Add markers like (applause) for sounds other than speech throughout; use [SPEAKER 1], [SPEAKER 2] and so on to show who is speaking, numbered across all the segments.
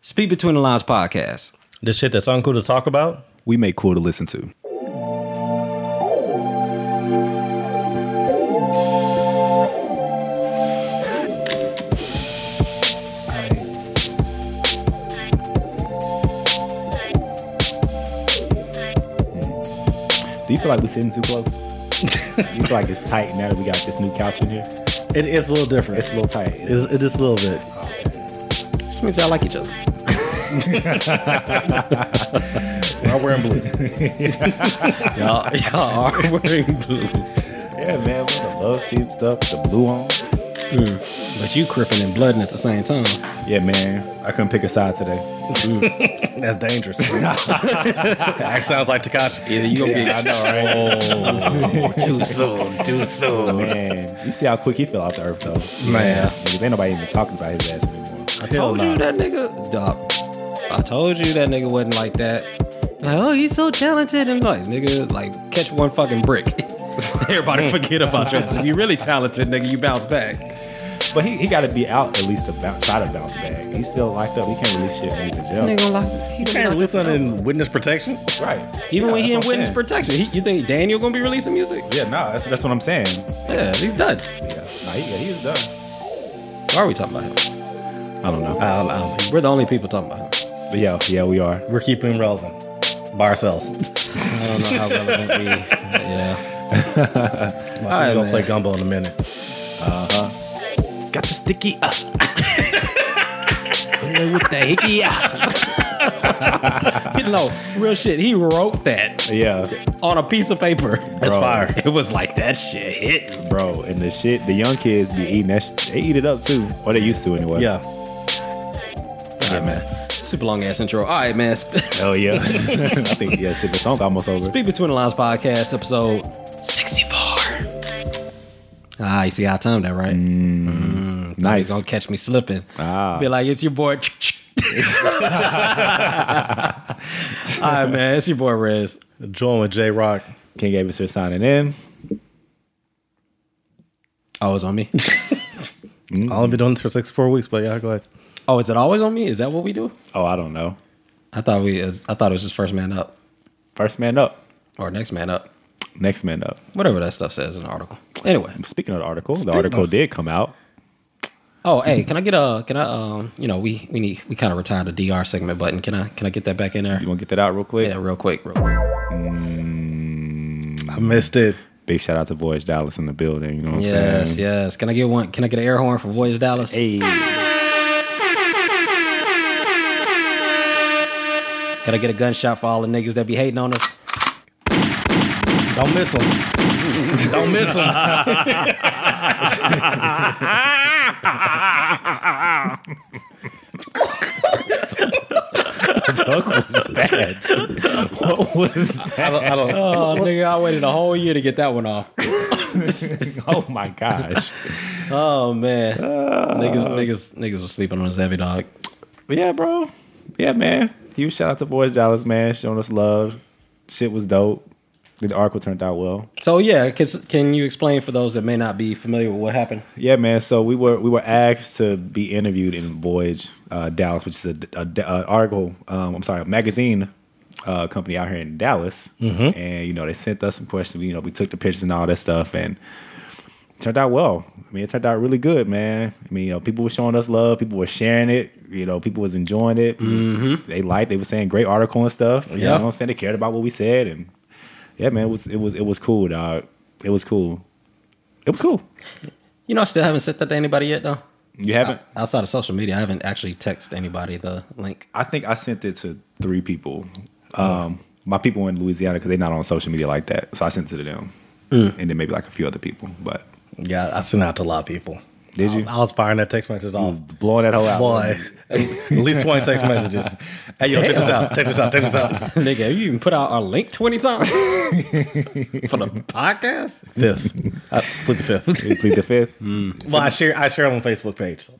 [SPEAKER 1] Speak Between the Lines podcast.
[SPEAKER 2] The shit that's uncool to talk about.
[SPEAKER 3] We make cool to listen to.
[SPEAKER 4] Do you feel like we're sitting too close? you feel like it's tight now that we got this new couch in here?
[SPEAKER 2] It is a little different.
[SPEAKER 4] It's a little tight. It's-
[SPEAKER 2] It's, it is a little bit.
[SPEAKER 1] Just means y'all like each other.
[SPEAKER 2] We're all wearing blue.
[SPEAKER 1] Y'all, (laughs) y'all are wearing blue,
[SPEAKER 4] (laughs) yeah, man. With the love seat stuff, the blue on. Hmm.
[SPEAKER 1] but you cripping and blooding at the same time.
[SPEAKER 4] Yeah, man. I couldn't pick a side today. (laughs)
[SPEAKER 2] That's dangerous. that sounds like Takashi.
[SPEAKER 1] Either you gonna be
[SPEAKER 4] I know, right?
[SPEAKER 1] too soon, too soon.
[SPEAKER 4] Oh, Man, you see how quick he fell off the earth, though.
[SPEAKER 1] Man.
[SPEAKER 4] Niggas, ain't nobody even talking about his ass anymore.
[SPEAKER 1] I told you that nigga. Dog, I told you that nigga wasn't like that. Like, oh, he's so talented and like, nigga, like catch one fucking brick. (laughs) Everybody forget about you. If you really talented, nigga, you bounce back.
[SPEAKER 4] But he, he got to be out at least to bounce, try to bounce back. He's still locked up. He can't release shit when he's in jail.
[SPEAKER 1] Nigga, like, he
[SPEAKER 2] Can't
[SPEAKER 1] gonna
[SPEAKER 2] release that in witness protection.
[SPEAKER 4] Right.
[SPEAKER 1] Even
[SPEAKER 4] Yeah,
[SPEAKER 1] when he in
[SPEAKER 4] that's what I'm
[SPEAKER 1] witness
[SPEAKER 4] saying.
[SPEAKER 1] protection, he, you think Daniel gonna be releasing music?
[SPEAKER 4] Yeah, nah, that's, that's what I'm saying.
[SPEAKER 1] Yeah, he's done.
[SPEAKER 4] Yeah, nah, he, yeah, he's done.
[SPEAKER 1] Why are we talking about him?
[SPEAKER 4] I don't know.
[SPEAKER 2] I'll, I'll,
[SPEAKER 1] We're the only people talking about him.
[SPEAKER 4] But Uh, yeah, yeah, we are.
[SPEAKER 2] we're keeping him relevant by ourselves.
[SPEAKER 1] I don't know how relevant (laughs) we. Yeah.
[SPEAKER 2] We're
[SPEAKER 1] right,
[SPEAKER 2] gonna
[SPEAKER 1] man.
[SPEAKER 2] play gumbo in a minute.
[SPEAKER 4] Got the sticky up.
[SPEAKER 1] With the hickey (laughs) no, real shit. He wrote that
[SPEAKER 4] Yeah,
[SPEAKER 1] on a piece of paper.
[SPEAKER 2] That's
[SPEAKER 4] Bro.
[SPEAKER 2] fire.
[SPEAKER 1] It was like that shit hit.
[SPEAKER 4] bro. And the shit, the young kids be eating that. Sh- they eat it up too, or they used to anyway.
[SPEAKER 2] Yeah.
[SPEAKER 1] Yeah, man. Super long ass intro. All right, man. Sp- (laughs)
[SPEAKER 4] Oh yeah. (laughs) I think yeah, shit. It's almost over.
[SPEAKER 1] Speak Between the Lines podcast episode 64. Ah, you see how I timed that, right?
[SPEAKER 4] nice.
[SPEAKER 1] Don't catch me slipping.
[SPEAKER 4] Ah.
[SPEAKER 1] Be like, it's your boy. (laughs) All right, man. It's your boy Rez.
[SPEAKER 2] Join with J Rock.
[SPEAKER 4] King Avis for signing in.
[SPEAKER 1] Oh, it's on me.
[SPEAKER 2] I'll only be doing this for six, four weeks, but yeah, go ahead.
[SPEAKER 1] (laughs) Oh, is it always on me? Is that what we do?
[SPEAKER 4] Oh, I don't know.
[SPEAKER 1] I thought we. uh, I thought it was just first man up
[SPEAKER 4] First man up.
[SPEAKER 1] or next man up,
[SPEAKER 4] Next man up.
[SPEAKER 1] whatever that stuff says in the article. Anyway.
[SPEAKER 4] Speaking of the article, the article did come out.
[SPEAKER 1] Oh, hey, can I get a? Can I? Um, you know, we we need we kind of retired the DR segment button. Can I? Can I get that back in there?
[SPEAKER 4] You want to get that out real quick?
[SPEAKER 1] Yeah, real quick, real quick.
[SPEAKER 2] I missed it.
[SPEAKER 4] Big shout out to Voyage Dallas in the building. You know what I'm
[SPEAKER 1] Yes,
[SPEAKER 4] saying?
[SPEAKER 1] yes. Can I get one? Can I get an air horn for Voyage Dallas? (laughs)
[SPEAKER 4] Hey,
[SPEAKER 1] Can I get a gunshot for all the niggas that be hating on us?
[SPEAKER 2] Don't miss him. Don't miss him.
[SPEAKER 4] what was that? what was that?
[SPEAKER 1] Oh, nigga, I waited a whole year to get that one off.
[SPEAKER 4] oh my gosh.
[SPEAKER 1] Oh man, niggas, niggas, niggas was sleeping on his heavy dog.
[SPEAKER 4] But yeah, bro. Yeah, man. Huge shout out to Boys Dallas, man, showing us love. Shit was dope. The article turned out well.
[SPEAKER 1] So yeah, can, can you explain for those that may not be familiar with what happened?
[SPEAKER 4] Yeah, man. So we were we were asked to be interviewed in Voyage uh, Dallas, which is a, a, a article. Um, I'm sorry, a magazine uh, company out here in Dallas. And you know they sent us some questions. You know we took the pictures and all that stuff, and it turned out well. I mean, it turned out really good, man. I mean, you know, people were showing us love. People were sharing it. You know, people was enjoying it. They liked. They were saying great article and stuff. You
[SPEAKER 2] Yeah.
[SPEAKER 4] know what I'm saying? They cared about what we said, and yeah, man, it was it was it was cool, dog. It was cool. It was cool.
[SPEAKER 1] You know, I still haven't sent that to anybody yet though.
[SPEAKER 4] You haven't.
[SPEAKER 1] Outside of social media, I haven't actually texted anybody the link.
[SPEAKER 4] I think I sent it to three people. Um, my people in Louisiana because they're not on social media like that, so I sent it to them,
[SPEAKER 1] Mm.
[SPEAKER 4] and then maybe like a few other people. But
[SPEAKER 2] Yeah, I sent out to a lot of people.
[SPEAKER 4] Did you?
[SPEAKER 2] I was firing that text messages off.
[SPEAKER 4] blowing that whole out.
[SPEAKER 2] Boy, (laughs) at least 20 text messages. Mm. Hey, yo, check this out. (laughs) Check this out. Check this out.
[SPEAKER 1] (laughs) Nigga, have you even put out our link twenty (laughs) times for the podcast?
[SPEAKER 2] Fifth. I put the fifth.
[SPEAKER 4] You plead the fifth.
[SPEAKER 2] (laughs)
[SPEAKER 1] Mm.
[SPEAKER 2] well, I share, I share on the Facebook page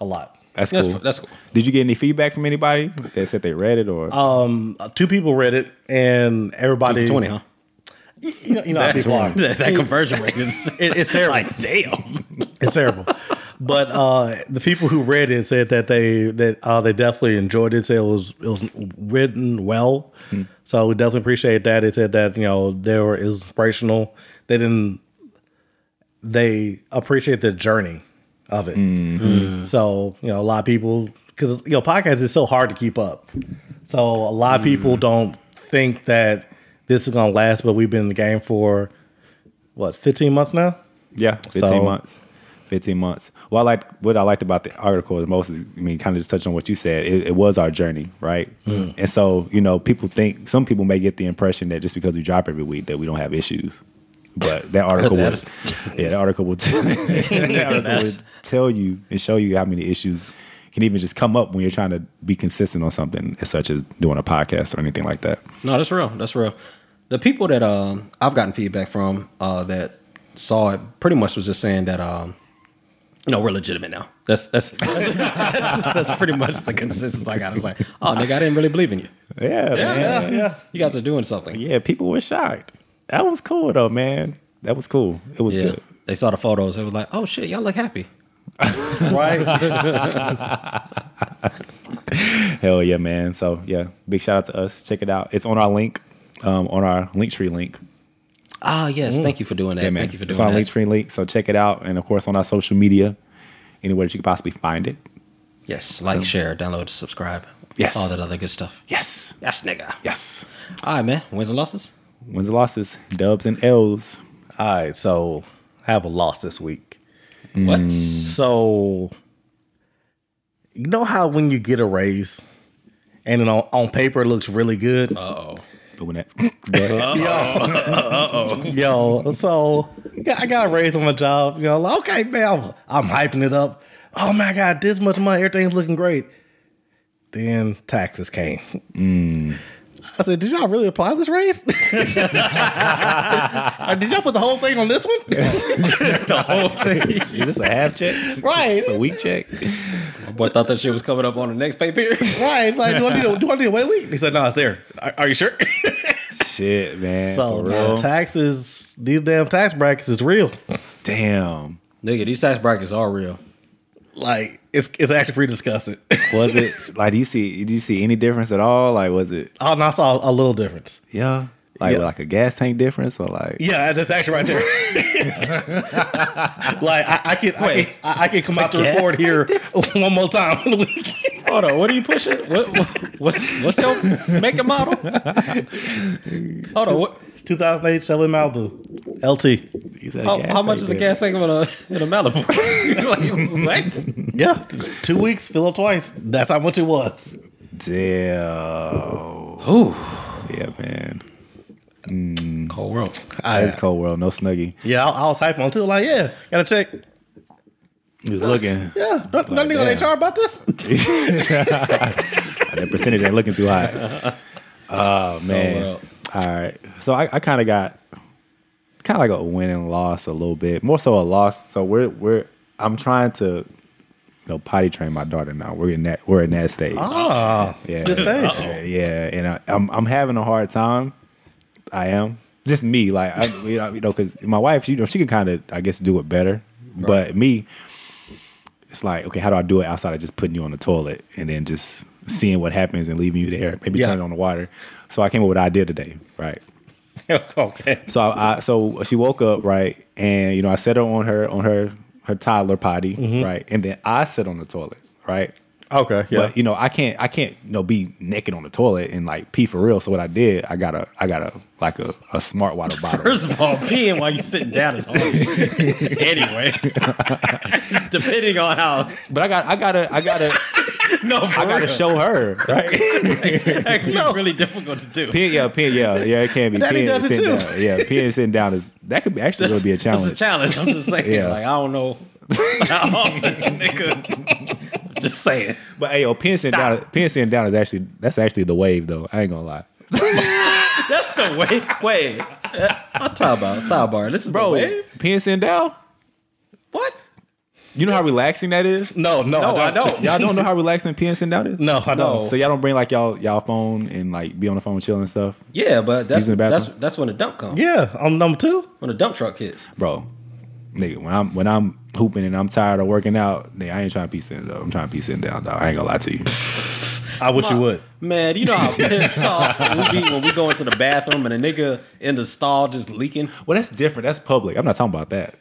[SPEAKER 2] a lot.
[SPEAKER 4] That's
[SPEAKER 1] That's
[SPEAKER 4] cool.
[SPEAKER 1] that's cool.
[SPEAKER 4] Did you get any feedback from anybody that said they read it or?
[SPEAKER 2] Uh, Two people read it, and everybody.
[SPEAKER 1] Twenty, huh?
[SPEAKER 2] You know, you know how people
[SPEAKER 1] (laughs)
[SPEAKER 2] are.
[SPEAKER 1] that, that conversion rate is
[SPEAKER 2] It, it's terrible.
[SPEAKER 1] like damn.
[SPEAKER 2] It's terrible. But uh, the people who read it said that they that uh, they definitely enjoyed it. Said it was it was written well, so we definitely appreciate that. It said that you know they were it was inspirational. They didn't they appreciate the journey of it. So you know a lot of people because you know podcasts is so hard to keep up. So a lot of people don't think that this is gonna last. But we've been in the game for what fifteen months now.
[SPEAKER 4] Yeah, fifteen
[SPEAKER 2] So-
[SPEAKER 4] months. Fifteen months. Well, I like what I liked about the article the most. Is, I mean, kind of just touching on what you said. It, it was our journey, right? And so, you know, people think some people may get the impression that just because we drop every week that we don't have issues. But (laughs) that article was, yeah, that article will, (laughs) t- that article will tell you and show you how many issues can even just come up when you're trying to be consistent on something, as such as doing a podcast or anything like that.
[SPEAKER 1] No, that's real. That's real. The people that um, I've gotten feedback from uh, that saw it pretty much was just saying that um, you know we're legitimate now. That's that's (laughs) that's, that's pretty much the consensus I got. It's like, oh nigga, I didn't really believe in you.
[SPEAKER 4] Yeah, man.
[SPEAKER 2] yeah.
[SPEAKER 1] You guys are doing something.
[SPEAKER 4] Yeah, people were shocked. That was cool though, man. That was cool. It was
[SPEAKER 1] Yeah.
[SPEAKER 4] good.
[SPEAKER 1] They saw the photos. They was like, oh shit, y'all look happy.
[SPEAKER 2] (laughs) right?
[SPEAKER 4] Hell yeah, man. So yeah, big shout out to us. Check it out. It's on our link, um, on our Linktree link.
[SPEAKER 1] Ah yes, thank you for doing that.
[SPEAKER 4] Mm. Yeah, man.
[SPEAKER 1] thank you for doing
[SPEAKER 4] it's on our
[SPEAKER 1] that.
[SPEAKER 4] Linktree link. So check it out, and of course on our social media, anywhere that you could possibly find it.
[SPEAKER 1] Yes, like, share, download, subscribe.
[SPEAKER 4] Mm. Yes.
[SPEAKER 1] all that other good stuff.
[SPEAKER 4] Yes,
[SPEAKER 1] Yes, nigga.
[SPEAKER 4] yes.
[SPEAKER 1] All right, man. Wins and losses.
[SPEAKER 4] Wins and losses, dubs and L's.
[SPEAKER 2] All right, so I have a loss this week.
[SPEAKER 4] Mm.
[SPEAKER 1] What?
[SPEAKER 2] So you know how when you get a raise and then on, on paper it looks really good?
[SPEAKER 1] Uh oh.
[SPEAKER 4] Doing that. (laughs)
[SPEAKER 1] (laughs)
[SPEAKER 4] Go ahead.
[SPEAKER 2] (laughs)
[SPEAKER 1] Uh-huh.
[SPEAKER 2] Yo, so yeah, I got a raise on my job. You know, like, okay, man, I'm, I'm hyping it up. Oh my God, this much money, everything's looking great. Then taxes came. I said, did y'all really apply this raise? (laughs) Or did y'all put the whole thing on this one? (laughs)
[SPEAKER 4] Is this a half check?
[SPEAKER 2] right.
[SPEAKER 4] It's a week check.
[SPEAKER 1] My boy thought that shit was coming up on the next pay (laughs) period.
[SPEAKER 2] Right. It's like, do I need to, do I need to wait a week? He said, no, it's there. Are, are you
[SPEAKER 4] (laughs)
[SPEAKER 2] sure?
[SPEAKER 4] Shit, man.
[SPEAKER 2] so
[SPEAKER 4] For
[SPEAKER 2] man,
[SPEAKER 4] real.
[SPEAKER 2] taxes, these damn tax brackets is real.
[SPEAKER 4] Damn.
[SPEAKER 1] Nigga, these tax brackets are real.
[SPEAKER 2] Like, it's it's actually pretty disgusting. (laughs)
[SPEAKER 4] Was it like? Do you see? Did you see any difference at all? Like, was it?
[SPEAKER 2] oh, no, I saw a little difference.
[SPEAKER 4] Yeah. Like
[SPEAKER 2] Yeah.
[SPEAKER 4] like a gas tank difference or like
[SPEAKER 2] Yeah, that's actually
[SPEAKER 4] (laughs)
[SPEAKER 2] right there. like, I, I can I
[SPEAKER 1] Wait.
[SPEAKER 2] can, I, I can come out the
[SPEAKER 1] gas
[SPEAKER 2] report here (laughs) one more time.
[SPEAKER 1] Hold on, what are you pushing? What, what what's what's your make and model? Hold on, what,
[SPEAKER 2] 2008 Chevy Malibu LT.
[SPEAKER 4] Is that a
[SPEAKER 1] how,
[SPEAKER 4] gas
[SPEAKER 1] how much
[SPEAKER 4] tank
[SPEAKER 1] is the gas
[SPEAKER 4] difference?
[SPEAKER 1] tank in a in a Malibu? (laughs) like, what?
[SPEAKER 2] Yeah, two weeks, fill up twice. That's how much it was.
[SPEAKER 4] Damn.
[SPEAKER 1] Ooh,
[SPEAKER 4] Yeah, man.
[SPEAKER 1] cold world.
[SPEAKER 4] it's cold world, no snuggie.
[SPEAKER 2] Yeah, I, I was hyping on too. Like, yeah, gotta check.
[SPEAKER 4] Just looking. (laughs)
[SPEAKER 2] Yeah, no- nothing on
[SPEAKER 4] damn.
[SPEAKER 2] HR about this.
[SPEAKER 4] That percentage ain't looking too high.
[SPEAKER 1] (laughs)
[SPEAKER 4] Oh man.
[SPEAKER 1] world.
[SPEAKER 4] All right. So I, I kinda got kind of like a win and loss a little bit. More so a loss. So we're we're I'm trying to you know potty train my daughter now. We're in that we're in that stage.
[SPEAKER 2] Ah,
[SPEAKER 4] Yeah.
[SPEAKER 2] it's a good stage.
[SPEAKER 4] Uh, yeah, and I, I'm I'm having a hard time. I am just me, like I, you know, because my wife, you know, she can kind of, I guess, do it better. But me, it's like, okay, how do I do it outside of just putting you on the toilet and then just seeing what happens and leaving you there, maybe
[SPEAKER 2] Yeah.
[SPEAKER 4] turning on the water. So I came up with an idea today, right?
[SPEAKER 2] (laughs) okay.
[SPEAKER 4] So I, I so she woke up right, and you know I set her on her on her her toddler potty right, and then I sit on the toilet right.
[SPEAKER 2] Okay.
[SPEAKER 4] But you know, I can't I can't you know be naked on the toilet and like pee for real. So what I did, I got a I got a like a, a smart (laughs) water bottle.
[SPEAKER 1] First of (laughs) all, peeing while you're sitting down is hard. anyway, (laughs) depending on how.
[SPEAKER 4] But I got I gotta I (laughs) gotta
[SPEAKER 1] No, for
[SPEAKER 4] I gotta show her, right?
[SPEAKER 1] That can be really difficult to do.
[SPEAKER 4] Peeing, yeah, peeing, yeah, yeah, it can be.
[SPEAKER 2] Daddy
[SPEAKER 4] peeing
[SPEAKER 2] does
[SPEAKER 4] and
[SPEAKER 2] it
[SPEAKER 4] sitting
[SPEAKER 2] too.
[SPEAKER 4] down. Yeah, peeing and sitting down is that could be actually gonna (laughs) be a
[SPEAKER 1] It's a
[SPEAKER 4] challenge.
[SPEAKER 1] challenge. I'm just saying.
[SPEAKER 4] Yeah.
[SPEAKER 1] Like I don't know how (laughs) often, nigga. Just saying.
[SPEAKER 4] but hey yo, peeing sitting down peeing sitting down is actually that's actually the wave though. I ain't gonna lie.
[SPEAKER 1] That's the way. Wait, uh, I'm talking about sidebar. This is bro. The
[SPEAKER 4] Bro,
[SPEAKER 1] wave?
[SPEAKER 4] peeing sitting down?
[SPEAKER 1] What?
[SPEAKER 4] You know how relaxing that is?
[SPEAKER 2] No, no,
[SPEAKER 1] No, I don't.
[SPEAKER 4] Y'all don't (laughs) know how relaxing peeing sitting down is?
[SPEAKER 2] No,
[SPEAKER 1] (laughs)
[SPEAKER 2] I
[SPEAKER 1] No.
[SPEAKER 2] don't.
[SPEAKER 4] So y'all don't bring like y'all y'all phone and like be on the phone chilling and stuff?
[SPEAKER 1] Yeah, but that's
[SPEAKER 4] Using the bathroom?
[SPEAKER 1] that's that's when the dump comes.
[SPEAKER 2] Yeah, on number two.
[SPEAKER 1] When the dump truck hits.
[SPEAKER 4] bro, nigga, when I'm when I'm hooping and I'm tired of working out, then I ain't trying to be sitting up. I'm trying to be sitting down, dog. I ain't gonna lie to you.
[SPEAKER 2] I wish you would.
[SPEAKER 1] Man, you know how pissed off we be when we go into the bathroom and a nigga in the stall just leaking.
[SPEAKER 4] Well, that's different. That's public. I'm not talking about that.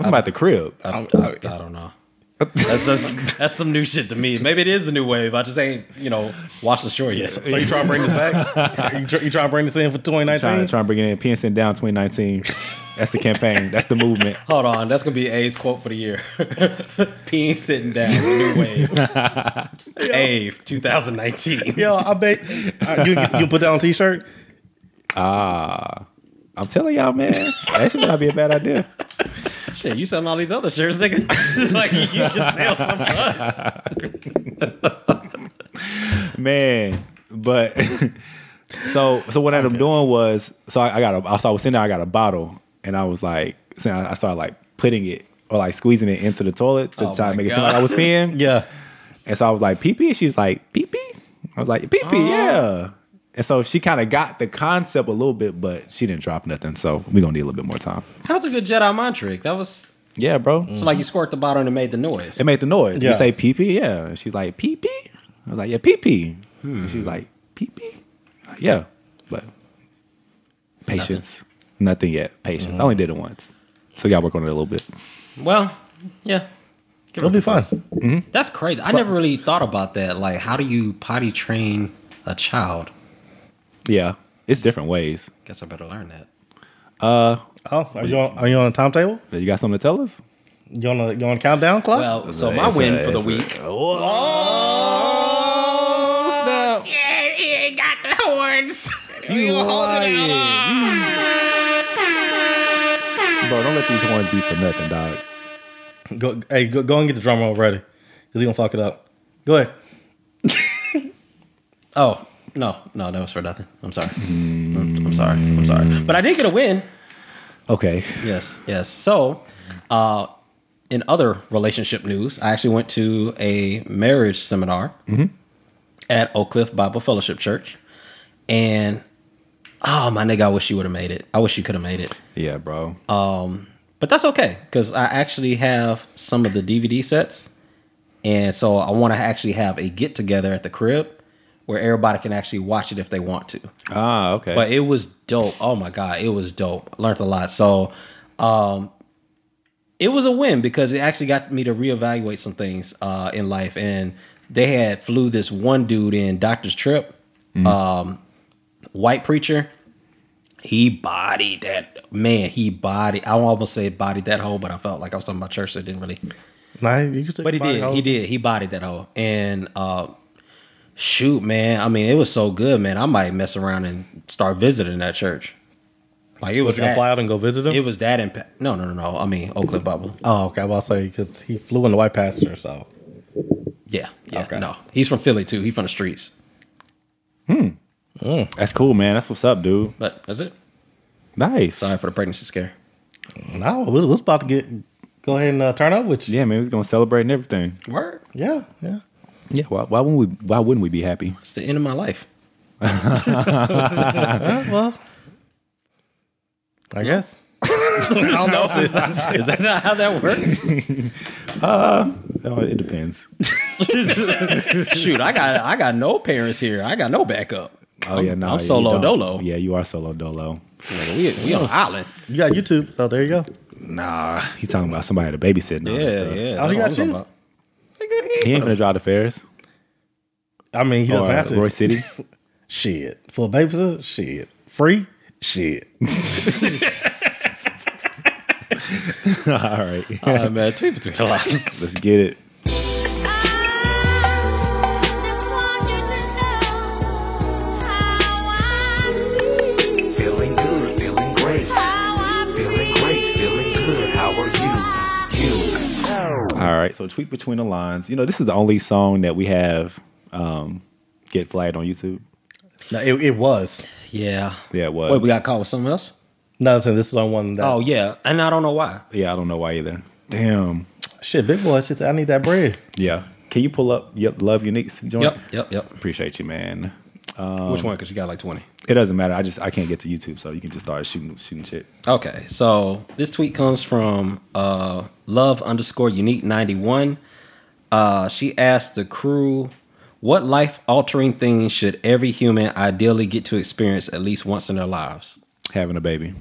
[SPEAKER 4] I'm talking about the crib.
[SPEAKER 1] I, I, I don't (laughs) know. That's, that's that's some new shit to me. Maybe it is a new wave. I just ain't you know watched the show yet.
[SPEAKER 2] So you trying to bring
[SPEAKER 1] (laughs)
[SPEAKER 2] this back? you, try, you trying to bring this in for
[SPEAKER 4] trying,
[SPEAKER 2] 2019?
[SPEAKER 4] trying to bring it in. Pearson down 2019. That's the campaign. That's the movement.
[SPEAKER 1] Hold on, that's gonna be A's quote for the year. (laughs) Peeing sitting down, new (laughs) wave. A 2019.
[SPEAKER 2] Yo, I bet uh, you you put that on a t-shirt.
[SPEAKER 4] I'm telling y'all, man, that should not be a bad idea.
[SPEAKER 1] (laughs) Shit, you selling all these other shirts, nigga? (laughs) like you can sell some for us.
[SPEAKER 4] man. But (laughs) so so what I ended up doing was so I, I got a so I was sitting there, I got a bottle, and I was like, so I I started like putting it or like squeezing it into the toilet to
[SPEAKER 1] Oh
[SPEAKER 4] try
[SPEAKER 1] my
[SPEAKER 4] to make it sound like
[SPEAKER 1] God.
[SPEAKER 4] I was (laughs) peeing.
[SPEAKER 2] Yeah,
[SPEAKER 4] And so I was like, pee pee. She was like, pee pee. I was like, pee pee, yeah. And so she kind of got the concept a little bit, but she didn't drop nothing. So we're gonna need a little bit more time.
[SPEAKER 1] That was a good Jedi mind trick. That was
[SPEAKER 4] Yeah, bro.
[SPEAKER 1] so like you squirt the bottle and it made the noise.
[SPEAKER 4] It made the noise.
[SPEAKER 2] Yeah.
[SPEAKER 4] You say pee pee, yeah. And she's like, pee pee? I was like, yeah, pee pee. And She's like, pee pee? Yeah. But patience. Nothing, Mm-hmm. yet. Patience. I only did it once. So y'all work on it a little bit.
[SPEAKER 1] Well, yeah.
[SPEAKER 2] it'll be fun.
[SPEAKER 1] That's crazy. I never really thought about that. Like, how do you potty train a child?
[SPEAKER 4] Yeah. It's different ways.
[SPEAKER 1] Guess I better learn that.
[SPEAKER 2] Oh, are you on, are you on a timetable?
[SPEAKER 4] You got something to tell us?
[SPEAKER 2] You on a you on a countdown clock?
[SPEAKER 1] Well, so my win for the week.
[SPEAKER 3] Shit, he ain't got the horns.
[SPEAKER 2] you lying.
[SPEAKER 4] Bro, don't let these horns be for nothing, dog.
[SPEAKER 2] Go, hey, go, go and get the drum roll ready, cause he gonna fuck it up. Go ahead.
[SPEAKER 1] Oh no, no, that was for nothing. I'm sorry. I'm, I'm sorry. I'm sorry. But I did get a win.
[SPEAKER 4] Okay.
[SPEAKER 1] Yes, yes. So, uh, in other relationship news, I actually went to a marriage seminar at Oak Cliff Bible Fellowship Church, and oh my nigga, I wish you would have made it. I wish you could have made it.
[SPEAKER 4] Yeah, bro.
[SPEAKER 1] But that's okay because I actually have some of the DVD sets, and so I want to actually have a get together at the crib where everybody can actually watch it if they want to.
[SPEAKER 4] ah, okay.
[SPEAKER 1] But it was dope. Oh my god, it was dope. Learned a lot. So, um, it was a win because it actually got me to reevaluate some things uh, in life. And they had flew this one dude in Doctor's Trip, um, white preacher. He bodied that man. He bodied. I almost say bodied that whole, but I felt like I was talking about church, so it didn't really.
[SPEAKER 2] Nah, you can stick
[SPEAKER 1] But he
[SPEAKER 2] by
[SPEAKER 1] did.
[SPEAKER 2] those.
[SPEAKER 1] He did. He bodied that hoe. And uh, shoot, man. I mean, it was so good, man. I might mess around and start visiting that church. Like it was
[SPEAKER 2] Was you gonna
[SPEAKER 1] that,
[SPEAKER 2] fly out and go visit him?
[SPEAKER 1] it was that impact. No, no, no, no. I mean, Oakland Bubble.
[SPEAKER 2] oh, okay. Well, I'll say because he flew in the white passenger, so
[SPEAKER 1] Yeah, yeah.
[SPEAKER 2] Okay.
[SPEAKER 1] No, he's from Philly too. He from the streets.
[SPEAKER 4] That's cool, man. That's what's up, dude.
[SPEAKER 1] But that's it.
[SPEAKER 4] Nice.
[SPEAKER 1] Sorry for the pregnancy scare.
[SPEAKER 2] no, we was about to get go ahead and uh, turn up with you.
[SPEAKER 4] Yeah, man. We're gonna celebrate and everything.
[SPEAKER 1] Word.
[SPEAKER 2] Yeah, yeah.
[SPEAKER 4] Yeah, why, why wouldn't we why wouldn't we be happy?
[SPEAKER 1] It's the end of my life.
[SPEAKER 2] Well, I (laughs) guess.
[SPEAKER 1] I don't know. (laughs) is, that not how that works?
[SPEAKER 4] Oh, it (laughs) depends.
[SPEAKER 1] (laughs) Shoot, I got I got no parents here. I got no backup.
[SPEAKER 4] Oh yeah, no.
[SPEAKER 1] I'm
[SPEAKER 4] you
[SPEAKER 1] solo
[SPEAKER 4] don't.
[SPEAKER 1] dolo.
[SPEAKER 4] Yeah, you are solo dolo.
[SPEAKER 1] Nigga, we we on an island.
[SPEAKER 2] (laughs) You got YouTube, so there you go.
[SPEAKER 4] Nah, he's talking about somebody to babysit. And all
[SPEAKER 1] Yeah,
[SPEAKER 4] that stuff.
[SPEAKER 1] yeah.
[SPEAKER 2] Oh,
[SPEAKER 1] that's what I'm
[SPEAKER 2] he got
[SPEAKER 1] talking
[SPEAKER 2] you?
[SPEAKER 1] about.
[SPEAKER 4] He ain't gonna drive to Ferris
[SPEAKER 2] I mean, he doesn't
[SPEAKER 4] or
[SPEAKER 2] have to.
[SPEAKER 4] Roy (laughs) City.
[SPEAKER 2] Shit. For a babysitter, shit. Free, shit.
[SPEAKER 4] all right, (laughs)
[SPEAKER 1] Uh, man, tweet between the lines.
[SPEAKER 4] let's get it.
[SPEAKER 5] Feeling good, feeling great. Feeling great, feeling good. How are you? You.
[SPEAKER 4] All right, so tweet between the lines. You know, this is the only song that we have um, get flagged on YouTube.
[SPEAKER 2] (laughs) No, it, it was.
[SPEAKER 1] Yeah.
[SPEAKER 4] Yeah, it was.
[SPEAKER 1] Wait, we got caught with something else?
[SPEAKER 2] No, I'm saying this is on one that.
[SPEAKER 1] Oh
[SPEAKER 2] Oh,
[SPEAKER 1] yeah, and I don't know why.
[SPEAKER 4] Yeah, I don't know why either. Damn.
[SPEAKER 2] shit, big boy. Shit, I need that bread.
[SPEAKER 4] Yeah. Can you pull up Yep Love Unique's joint?
[SPEAKER 1] Yep, yep, yep.
[SPEAKER 4] Appreciate you, man.
[SPEAKER 1] Which one? Because you got like 20.
[SPEAKER 4] It doesn't matter. I just I can't get to YouTube, so you can just start shooting shooting shit.
[SPEAKER 1] Okay, so this tweet comes from uh, love underscore unique ninety one. Uh, she asked the crew, "What life altering things should every human ideally get to experience at least once in their lives?"
[SPEAKER 4] Having a baby.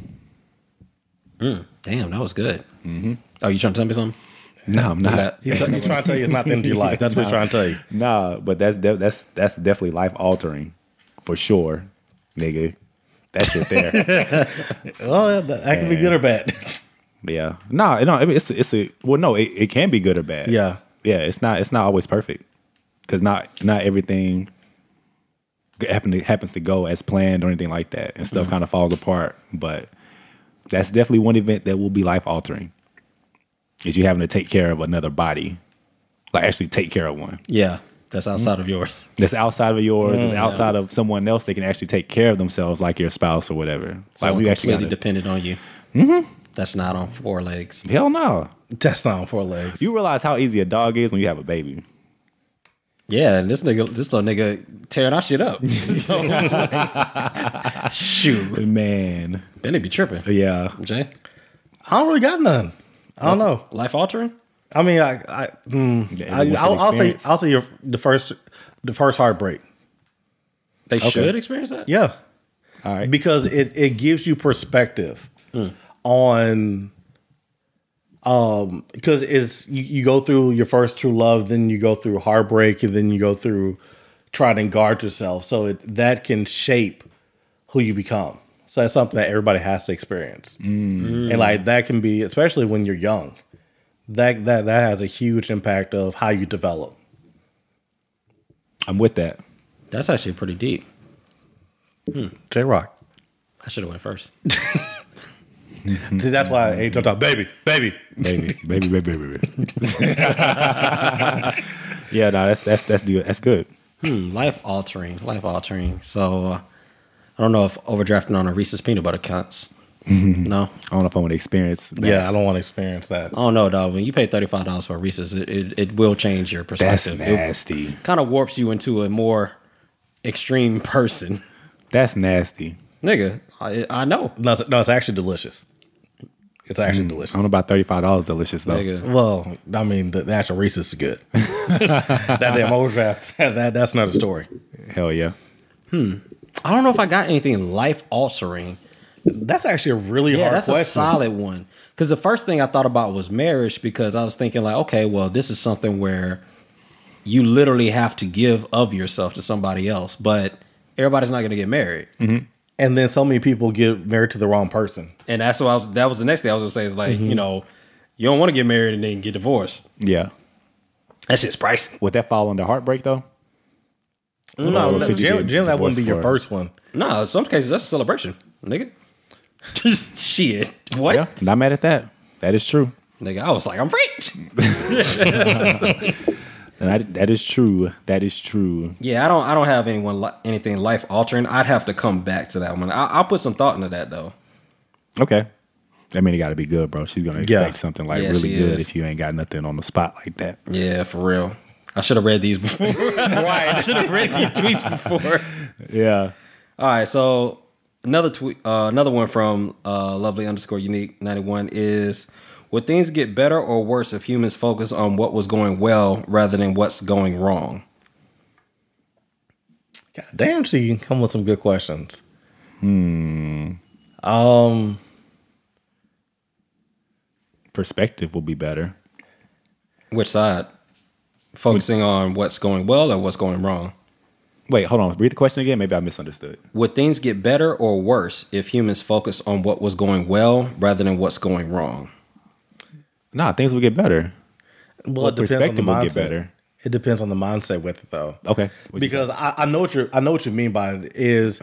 [SPEAKER 1] Damn, that was good. Mm-hmm. Oh, you trying to tell me something?
[SPEAKER 4] No, I'm
[SPEAKER 1] Is
[SPEAKER 4] not.
[SPEAKER 1] that-
[SPEAKER 2] He's, he's trying to tell you it's not the end of your life. (laughs) That's what he's trying to tell you.
[SPEAKER 4] Nah, but that's de- that's that's definitely life altering, for sure, nigga. That shit there.
[SPEAKER 2] Well, Oh, that, that can be good or bad. (laughs)
[SPEAKER 4] yeah. Nah, no, I mean, it's a, it's a well, no, it, it can be good or bad.
[SPEAKER 2] Yeah.
[SPEAKER 4] yeah. It's not it's not always perfect, because not not everything happen to, happens to go as planned or anything like that, and stuff kind of falls apart. But that's definitely one event that will be life altering. Is you having to take care of another body, like actually take care of one.
[SPEAKER 1] Yeah, that's outside
[SPEAKER 4] Mm-hmm.
[SPEAKER 1] of yours.
[SPEAKER 4] that's outside of yours, that's outside of someone else that can actually take care of themselves, like your spouse or whatever. like
[SPEAKER 1] Someone
[SPEAKER 4] we actually
[SPEAKER 1] completely
[SPEAKER 4] gotta,
[SPEAKER 1] dependent on you. Mm-hmm. That's not on four legs.
[SPEAKER 4] hell no.
[SPEAKER 2] That's not on four legs.
[SPEAKER 4] You realize how easy a dog is when you have a baby.
[SPEAKER 1] Yeah, and this nigga, this little nigga tearing our shit
[SPEAKER 4] (laughs)
[SPEAKER 1] up. so, like, shoot,
[SPEAKER 4] Man,
[SPEAKER 1] Benny be tripping.
[SPEAKER 4] yeah,
[SPEAKER 1] Jay,
[SPEAKER 2] I don't really got none. I don't know.
[SPEAKER 1] life altering.
[SPEAKER 2] I mean, I, I, mm,
[SPEAKER 4] Yeah,
[SPEAKER 2] I
[SPEAKER 4] everyone should
[SPEAKER 2] I'll, I'll say,
[SPEAKER 4] experience.
[SPEAKER 2] I'll say your, the first, the first heartbreak.
[SPEAKER 1] They should experience that.
[SPEAKER 2] Yeah,
[SPEAKER 4] all right.
[SPEAKER 2] because it it gives you perspective on, um, because it's you, you go through your first true love, then you go through heartbreak, and then you go through trying to guard yourself. So it, that can shape who you become. So that's something that everybody has to experience, and like that can be, especially when you're young, that that that has a huge impact of how you develop.
[SPEAKER 4] I'm with that.
[SPEAKER 1] That's actually pretty deep.
[SPEAKER 2] J Rock.
[SPEAKER 1] I should have went
[SPEAKER 4] (laughs)
[SPEAKER 1] first.
[SPEAKER 2] See, that's why I ain't talking about baby, baby.
[SPEAKER 4] Baby, baby, baby, baby, baby.
[SPEAKER 2] (laughs)
[SPEAKER 4] yeah, no, that's that's that's good. That's good.
[SPEAKER 1] Hmm, life altering, life altering. So uh, I don't know if overdrafting on a Reese's peanut butter
[SPEAKER 4] (laughs)
[SPEAKER 1] counts. no,
[SPEAKER 4] I don't know if I want to experience. That.
[SPEAKER 2] Yeah, I don't want to experience that.
[SPEAKER 1] I don't know, dog. When you pay thirty five dollars for a Reese's, it, it it will change your
[SPEAKER 4] that's
[SPEAKER 1] perspective. It
[SPEAKER 4] nasty.
[SPEAKER 1] kind of warps you into a more extreme person,
[SPEAKER 4] That's nasty.
[SPEAKER 1] nigga. I, I know,
[SPEAKER 2] No, it's, no, it's actually delicious. It's actually
[SPEAKER 4] Mm, I
[SPEAKER 2] delicious.
[SPEAKER 4] don't know about thirty five dollars. Delicious though.
[SPEAKER 1] nigga.
[SPEAKER 2] Well, I mean, the, the actual Reese's is good. (laughs) that damn overdraft, (laughs) that, that's another story.
[SPEAKER 4] Hell yeah.
[SPEAKER 1] I don't know if I got anything life altering.
[SPEAKER 2] That's actually a really
[SPEAKER 1] Yeah,
[SPEAKER 2] hard
[SPEAKER 1] that's
[SPEAKER 2] question.
[SPEAKER 1] a solid one. Because the first thing I thought about was marriage because I was thinking like, okay, well, this is something where you literally have to give of yourself to somebody else, but everybody's not going to get married,
[SPEAKER 2] Mm-hmm. and then so many people get married to the wrong person.
[SPEAKER 1] and that's what I was. That was the next thing I was going to say is like,
[SPEAKER 2] Mm-hmm.
[SPEAKER 1] you know, you don't want to get married and then get divorced.
[SPEAKER 4] Yeah.
[SPEAKER 1] That's just pricey.
[SPEAKER 4] Would that fall under heartbreak though?
[SPEAKER 2] No,
[SPEAKER 4] Or
[SPEAKER 2] no
[SPEAKER 4] Oh, could you
[SPEAKER 2] generally,
[SPEAKER 4] get
[SPEAKER 2] generally that wouldn't be
[SPEAKER 4] divorced
[SPEAKER 2] your
[SPEAKER 4] for-
[SPEAKER 2] first one.
[SPEAKER 1] No, in some cases that's a celebration, nigga. (laughs) Shit, what,
[SPEAKER 4] Yeah. Not mad at that. That is true.
[SPEAKER 1] nigga? I was like, I'm free.
[SPEAKER 4] And I, that is true. That is true.
[SPEAKER 1] Yeah, I don't. I don't have anyone li- anything life altering. I'd have to come back to that one. I, I'll put some thought into that though.
[SPEAKER 4] Okay. I mean, it got to be good, bro. She's gonna expect
[SPEAKER 2] Yeah.
[SPEAKER 4] something like
[SPEAKER 1] Yeah,
[SPEAKER 4] really
[SPEAKER 1] she
[SPEAKER 4] good
[SPEAKER 1] is.
[SPEAKER 4] if you ain't got nothing on the spot like that.
[SPEAKER 1] Yeah, for real. I should have read these before. (laughs) right. I should have read these tweets before.
[SPEAKER 4] Yeah.
[SPEAKER 1] (laughs) All right, so another tweet, uh, another one from uh, lovely underscore unique ninety one is: Would things get better or worse if humans focus on what was going well rather than what's going wrong?
[SPEAKER 2] God damn, she can come with some good questions. Hmm. Um.
[SPEAKER 4] Perspective will be better.
[SPEAKER 1] Which side? Focusing on what's going well or what's going wrong.
[SPEAKER 4] Wait, hold on. Read the question again. Maybe I misunderstood.
[SPEAKER 1] Would things get better or worse if humans focus on what was going well rather than what's going wrong?
[SPEAKER 4] Nah, things will get better.
[SPEAKER 2] Well,
[SPEAKER 4] Well,
[SPEAKER 2] it depends on the
[SPEAKER 4] perspective will get
[SPEAKER 2] mindset.
[SPEAKER 4] better.
[SPEAKER 2] It depends on the mindset with it, though.
[SPEAKER 4] Okay. What you-
[SPEAKER 2] because I, I know what you I know what you mean by it is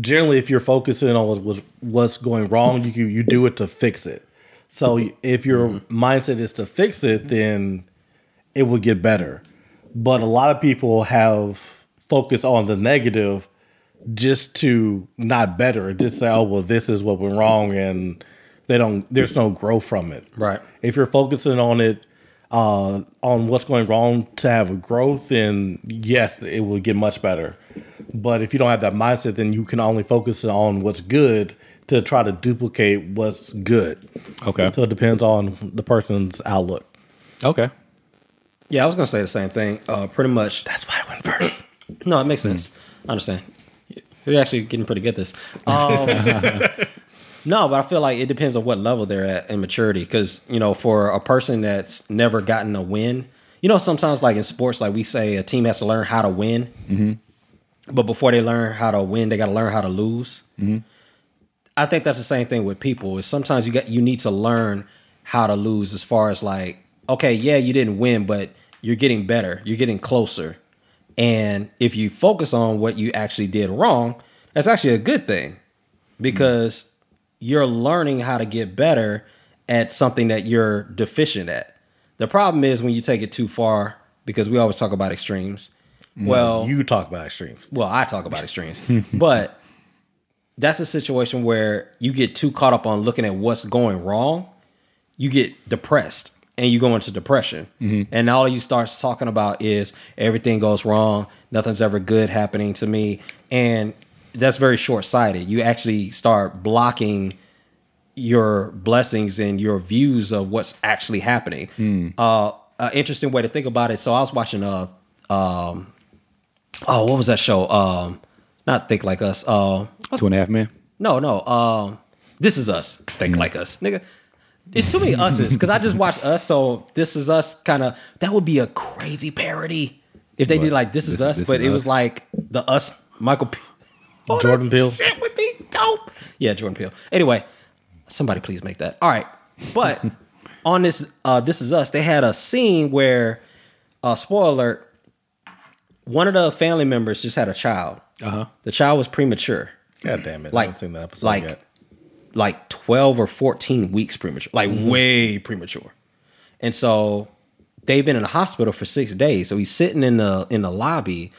[SPEAKER 2] generally if you're focusing on what, was what's going wrong, you you do it to fix it. So if your mindset is to fix it, then it will get better. But a lot of people have focused on the negative just to not better, it, just say, oh well, this is what went wrong, and they don't. There's no growth from it,
[SPEAKER 1] Right.
[SPEAKER 2] If you're focusing on it, uh, on what's going wrong to have a growth, then yes, it will get much better. But if you don't have that mindset, then you can only focus on what's good to try to duplicate what's good.
[SPEAKER 4] Okay.
[SPEAKER 2] So it depends on the person's outlook.
[SPEAKER 4] Okay.
[SPEAKER 1] Yeah, I was gonna say the same thing. Uh, pretty much.
[SPEAKER 2] That's why I went first.
[SPEAKER 1] No, it makes sense. I understand. You're actually getting pretty good at this. Um, (laughs) no, but I feel like it depends on what level they're at in maturity. Because you know, for a person that's never gotten a win, you know, sometimes like in sports, like we say, a team has to learn how to win. But before they learn how to win, they got to learn how to lose. I think that's the same thing with people. Is sometimes you got you need to learn how to lose. As far as like, okay, yeah, you didn't win, but you're getting better. You're getting closer. And if you focus on what you actually did wrong, that's actually a good thing because you're learning how to get better at something that you're deficient at. The problem is when you take it too far, because we always talk about extremes. Well,
[SPEAKER 2] You talk about extremes.
[SPEAKER 1] well, I talk about extremes, but that's a situation where you get too caught up on looking at what's going wrong. You get depressed and you go into depression. And all you start talking about is everything goes wrong, nothing's ever good happening to me. And that's very short sighted. You actually start blocking your blessings and your views of what's actually happening. Uh, an interesting way to think about it. So I was watching uh, a oh, what was that show? Um, not Think Like Us. Um,
[SPEAKER 4] Two and a half men.
[SPEAKER 1] no, no. Um, this is us. Think like us, nigga. It's too many us's because I just watched us. So this is us. Kind of that would be a crazy parody if they did
[SPEAKER 4] What?
[SPEAKER 1] like this is
[SPEAKER 4] This-
[SPEAKER 1] us,
[SPEAKER 4] This
[SPEAKER 1] but
[SPEAKER 4] Is
[SPEAKER 1] it was
[SPEAKER 4] Us?
[SPEAKER 1] like the us Michael. P-
[SPEAKER 2] Jordan Peele.
[SPEAKER 1] that would be dope. Yeah, Jordan Peele. Anyway, somebody please make that. All right,
[SPEAKER 4] (laughs)
[SPEAKER 1] but on this, uh, this is us. They had a scene where, uh, spoiler alert, one of the family members just had a child.
[SPEAKER 4] Uh-huh.
[SPEAKER 1] The child was premature,
[SPEAKER 2] God damn it. I
[SPEAKER 1] like
[SPEAKER 2] haven't seen that episode
[SPEAKER 1] like
[SPEAKER 2] yet.
[SPEAKER 1] like twelve or fourteen weeks premature, like
[SPEAKER 2] Mm-hmm.
[SPEAKER 1] way premature. And so they've been in the hospital for six days. So he's sitting in the in the lobby,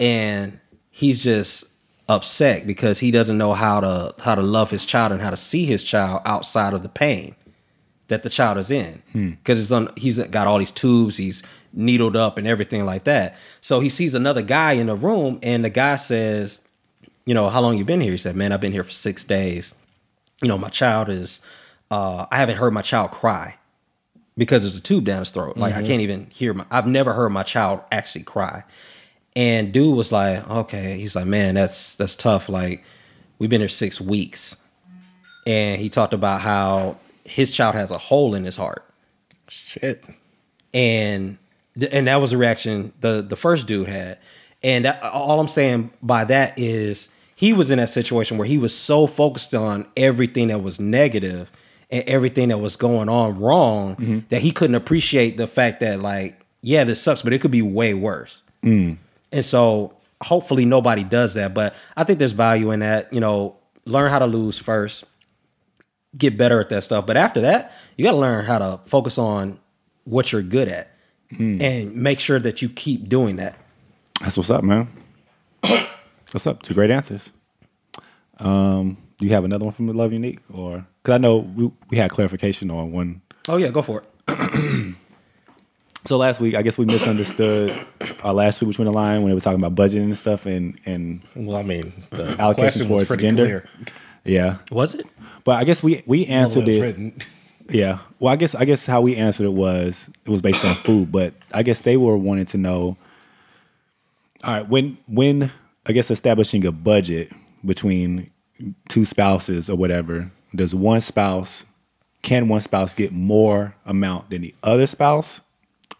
[SPEAKER 1] and he's just upset because he doesn't know how to how to love his child and how to see his child outside of the pain that the child is in
[SPEAKER 2] Hmm.
[SPEAKER 1] because it's on he's got all these tubes he's needled up and everything like that so he sees another guy in the room and the guy says you know how long you been here he said man i've been here for six days you know my child is uh, i haven't heard my child cry because there's a tube down his throat like i can't even hear my i've never heard my child actually cry and dude was like okay he's like man that's that's tough like we've been here six weeks and he talked about how his child has a hole in his heart
[SPEAKER 2] Shit.
[SPEAKER 1] and th- and that was the reaction the the first dude had and that, all i'm saying by that is he was in that situation where he was so focused on everything that was negative and everything that was going on wrong that he couldn't appreciate the fact that like yeah this sucks but it could be way worse and so hopefully nobody does that but i think there's value in that you know learn how to lose first get better at that stuff. But after that, you got to learn how to focus on what you're good at and make sure that you keep doing that.
[SPEAKER 4] That's what's up, man. (coughs) what's up? Two great answers. Um, do you have another one from the Love Unique, or because I know we, we had clarification on one.
[SPEAKER 1] Oh yeah, go for it.
[SPEAKER 4] So last week, I guess we misunderstood (coughs) our last week between the line when they were talking about budgeting and stuff, and and
[SPEAKER 2] Well, I mean, the
[SPEAKER 4] allocation
[SPEAKER 2] question was
[SPEAKER 4] towards
[SPEAKER 2] pretty
[SPEAKER 4] gender.
[SPEAKER 2] clear.
[SPEAKER 4] Yeah,
[SPEAKER 1] Was it?
[SPEAKER 4] but I guess we we
[SPEAKER 2] Well,
[SPEAKER 4] answered
[SPEAKER 2] it's
[SPEAKER 4] it.
[SPEAKER 2] written.
[SPEAKER 4] Yeah. Well, I guess I guess how we answered it was it was based on food, but I guess they were wanting to know. All right, when when I guess establishing a budget between two spouses or whatever, does one spouse can one spouse get more amount than the other spouse,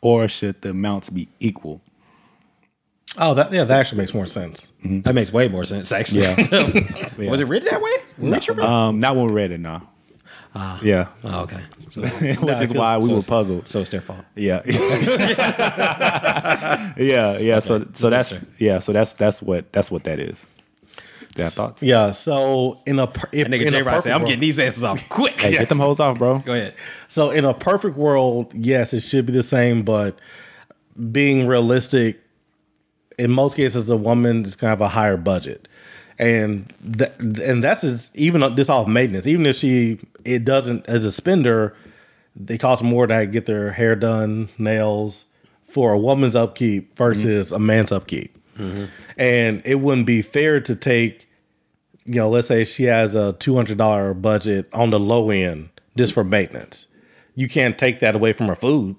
[SPEAKER 4] or should the amounts be equal?
[SPEAKER 2] Oh, that yeah, that actually makes more sense.
[SPEAKER 1] That makes way more sense actually. (laughs)
[SPEAKER 4] Yeah.
[SPEAKER 1] Was it written that way? Richard?
[SPEAKER 4] Um, not when we read it, no. yeah,
[SPEAKER 1] oh, okay. So,
[SPEAKER 4] (laughs) which is why we were puzzled.
[SPEAKER 1] so it's their fault.
[SPEAKER 4] Yeah. (laughs) yeah, yeah. So so that's yeah, so that's that's what that's what that is. Yeah, thoughts.
[SPEAKER 2] Yeah. So in a per- if,
[SPEAKER 1] Nigga
[SPEAKER 2] in a
[SPEAKER 1] J Rod
[SPEAKER 2] perfect
[SPEAKER 1] said, I'm
[SPEAKER 2] world-
[SPEAKER 1] getting these answers off quick.
[SPEAKER 4] Hey, get them hoes off, bro.
[SPEAKER 1] Go ahead.
[SPEAKER 2] so in a perfect world, yes, it should be the same, but being realistic, in most cases, the woman is gonna have a higher budget, and that and that's just, even this off maintenance. Even if she it doesn't as a spender, they cost more to get
[SPEAKER 1] Mm-hmm.
[SPEAKER 2] their hair done, nails for a woman's upkeep versus a man's upkeep. and it wouldn't be fair to take you know let's say she has a $200 budget on the low end just for maintenance you can't take that away from her food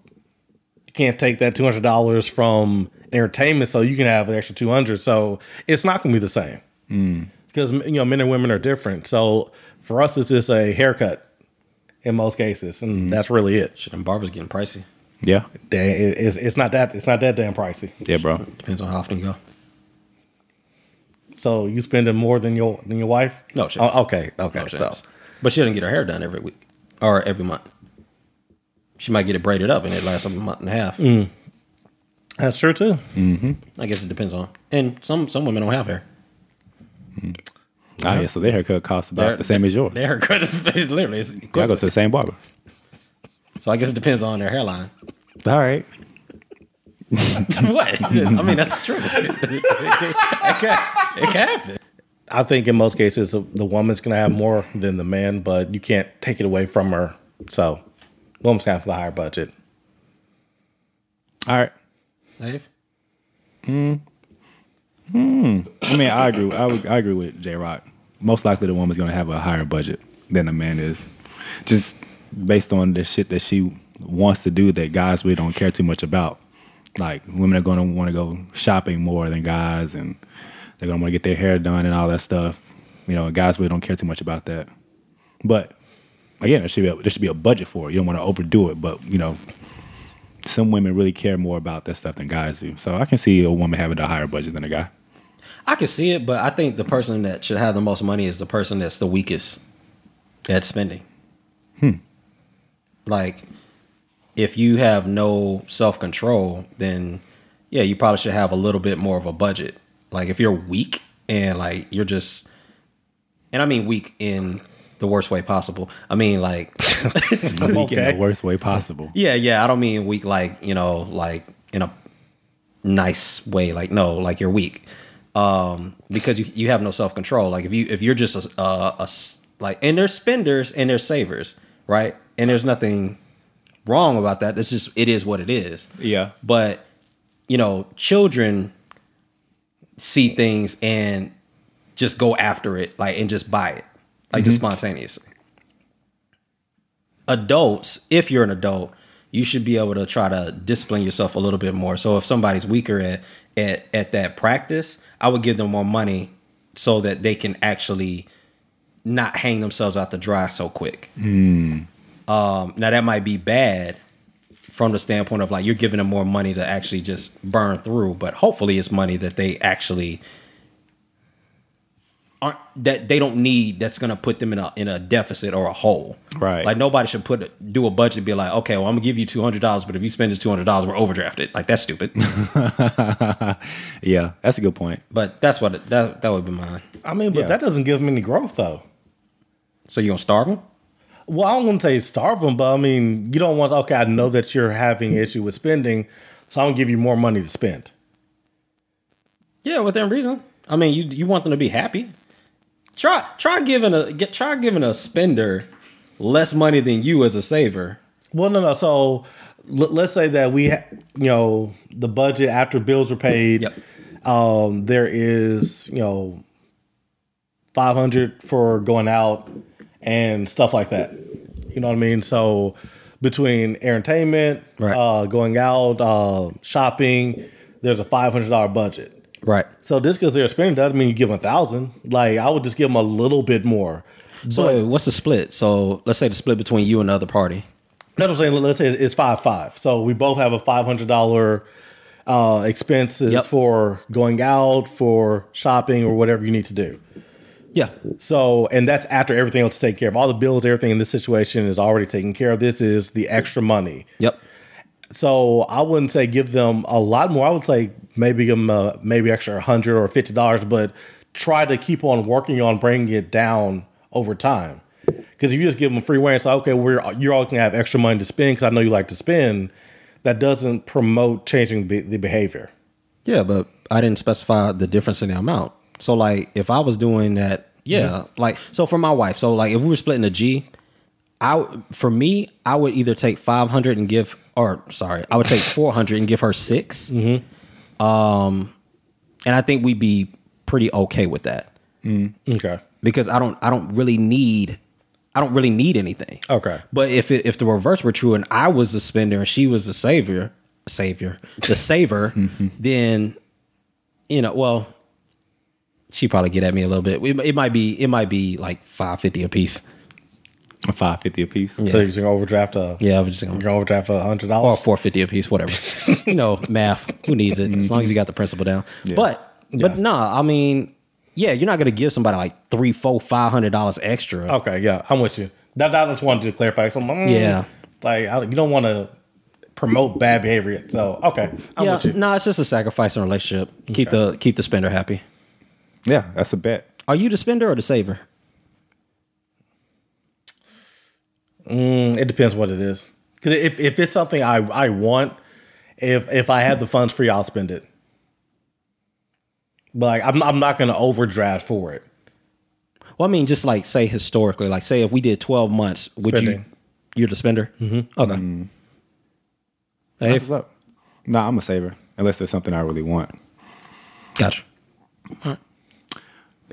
[SPEAKER 2] you can't take that $200 from entertainment so you can have an extra 200 so it's not going to be the same
[SPEAKER 1] Mm.
[SPEAKER 2] because you know men and women are different so for us it's just a haircut in most cases and
[SPEAKER 1] Mm-hmm.
[SPEAKER 2] that's really it
[SPEAKER 1] Shit, them barbers getting pricey.
[SPEAKER 4] Yeah.
[SPEAKER 2] Da- it- it's, it's not that it's not that damn pricey
[SPEAKER 4] Yeah, bro.
[SPEAKER 1] Depends on how often you go.
[SPEAKER 2] So you spending more than your than your wife?
[SPEAKER 1] No chance.
[SPEAKER 2] Oh, okay. Okay.
[SPEAKER 1] No
[SPEAKER 2] so
[SPEAKER 1] chance. But she doesn't get her hair done every week or every month. She might get it braided up and it lasts a month and a half.
[SPEAKER 2] that's true too.
[SPEAKER 1] I guess it depends on. And some some women don't have hair.
[SPEAKER 4] Ah, yeah. So their haircut costs about
[SPEAKER 1] Their-
[SPEAKER 4] the same as yours.
[SPEAKER 1] Their (laughs) haircut is is literally it's
[SPEAKER 4] Y'all go
[SPEAKER 1] equivalent.
[SPEAKER 4] to the same barber.
[SPEAKER 1] So I guess it depends on their
[SPEAKER 4] (laughs)
[SPEAKER 1] hairline.
[SPEAKER 4] All right.
[SPEAKER 1] what? (laughs) I mean, that's true. it, can, it can happen.
[SPEAKER 2] I think in most cases the the woman's gonna have more than the man, but you can't take it away from her. So woman's gonna have the higher budget.
[SPEAKER 4] All right.
[SPEAKER 1] Dave?
[SPEAKER 4] I mean, I agree. I, would, I agree with J Rock. Most likely, the woman's gonna have a higher budget than the man is, just based on the shit that she wants to do that guys really don't care too much about. Like women are gonna want to go shopping more than guys, and they're gonna want to get their hair done and all that stuff. You know, guys really don't care too much about that. But again, there should be a, there should be a budget for it. You don't want to overdo it, but you know. Some women really care more about that stuff than guys do. So I can see a woman having a higher budget than a guy.
[SPEAKER 1] I can see it, but I think the person that should have the most money is the person that's the weakest at spending. Like, if you have no self control, then yeah, you probably should have a little bit more of a budget. Like, if you're weak and like you're just, and I mean weak in the worst way possible. I mean like,
[SPEAKER 4] leak in
[SPEAKER 2] Okay.
[SPEAKER 4] the worst way possible.
[SPEAKER 1] yeah, yeah. I don't mean weak like you know like in a nice way. Like no, like you're weak um, because you, you have no self control. Like if you if you're just a, a, a s- like and there's spenders and there's savers, right? And there's nothing wrong about that. This just it is what it is.
[SPEAKER 4] Yeah.
[SPEAKER 1] But you know, children see things and just go after it, like and just buy it, like just spontaneously. Adults, if you're an adult, you should be able to try to discipline yourself a little bit more. So if somebody's weaker at at at that practice, I would give them more money so that they can actually not hang themselves out to dry so quick. Um, now that might be bad from the standpoint of like you're giving them more money to actually just burn through, but hopefully it's money that they actually aren't that they don't need that's gonna put them in a in a deficit or a hole.
[SPEAKER 4] Right.
[SPEAKER 1] Like nobody should put a- do a budget and be like, okay, well I'm gonna give you two hundred dollars, but if you spend this two hundred dollars, we're overdrafted. Like that's stupid.
[SPEAKER 4] Yeah, that's a good point.
[SPEAKER 1] but that's what it, that that would be mine.
[SPEAKER 2] I mean, but
[SPEAKER 4] Yeah.
[SPEAKER 2] that doesn't give them any growth though.
[SPEAKER 1] So you gonna starve them?
[SPEAKER 2] Well, I don't want to say starve them, but I mean, you don't want. Okay, I know that you're having issue with spending, so I'm gonna give you more money to spend.
[SPEAKER 1] Yeah, within reason. I mean, you you want them to be happy. Try try giving a get try giving a spender less money than you as a saver.
[SPEAKER 2] Well, no, no. So l- let's say that we, ha- you know, the budget after bills were paid.
[SPEAKER 1] Yep.
[SPEAKER 2] Um, there is, you know, five hundred for going out and stuff like that. You know what I mean? So between entertainment,
[SPEAKER 1] Right.
[SPEAKER 2] uh, going out, uh, shopping, there's a five hundred dollar budget.
[SPEAKER 1] Right.
[SPEAKER 2] So just because they're spending doesn't mean you give them a thousand. Like I would just give them a little bit more.
[SPEAKER 1] So wait, what's the split? So let's say the split between you and the other party.
[SPEAKER 2] That's what I'm saying. Let's say it's five five. So we both have a five hundred dollar uh, expenses
[SPEAKER 1] Yep.
[SPEAKER 2] for going out, for shopping, or whatever you need to do.
[SPEAKER 1] Yeah.
[SPEAKER 2] So, and that's after everything else is taken care of. All the bills, everything in this situation is already taken care of. This is the extra money.
[SPEAKER 1] Yep.
[SPEAKER 2] So I wouldn't say give them a lot more. I would say maybe give them uh, maybe extra hundred or fifty dollars, but try to keep on working on bringing it down over time. Because if you just give them free reign, it's like okay, we're you're all gonna have extra money to spend because I know you like to spend. That doesn't promote changing be- the behavior.
[SPEAKER 1] Yeah, but I didn't specify the difference in the amount. So like if I was doing that, yeah, like so for my wife, so like if we were splitting a G, I w- for me, I would either take 500 and give or sorry, I would take 400 and give her 6. Um and I think we'd be pretty okay with that
[SPEAKER 2] Okay.
[SPEAKER 1] because I don't I don't really need I don't really need anything.
[SPEAKER 2] Okay.
[SPEAKER 1] But if it, if the reverse were true and I was the spender and she was the savior, savior, the saver, then you know, well, she probably get at me a little bit. It, it might be it might be like five fifty a piece.
[SPEAKER 4] Five fifty a piece.
[SPEAKER 2] So you can overdraft a
[SPEAKER 1] Yeah, I was just
[SPEAKER 2] you
[SPEAKER 1] gonna
[SPEAKER 2] can overdraft a hundred
[SPEAKER 1] or
[SPEAKER 2] dollars.
[SPEAKER 1] four fifty a piece, whatever. you know, math. Who needs it? As long as you got the principle down. But but nah, I mean, yeah, you're not gonna give somebody like three, four, five hundred dollars extra.
[SPEAKER 2] Okay, yeah, I'm with you. That I just wanted to clarify. So, mm,
[SPEAKER 1] Yeah.
[SPEAKER 2] like I, you don't want to promote bad behavior. So okay, I'm
[SPEAKER 1] yeah,
[SPEAKER 2] with you.
[SPEAKER 1] no, it's just a sacrifice in a relationship. Keep the keep the spender happy.
[SPEAKER 4] Yeah, that's a bet.
[SPEAKER 1] Are you the spender or the saver?
[SPEAKER 2] Mm, it depends what it is. Because if, if it's something I I want, if if I have the funds free, I'll spend it. But like I'm I'm not gonna overdraft for it.
[SPEAKER 1] Well, I mean, just like say historically, like say if we did twelve months, would you
[SPEAKER 2] Spending.
[SPEAKER 1] you're the spender? Mm-hmm. Okay. Hey,
[SPEAKER 4] That's what's up. Nah, I'm a saver unless there's something I really want.
[SPEAKER 1] gotcha.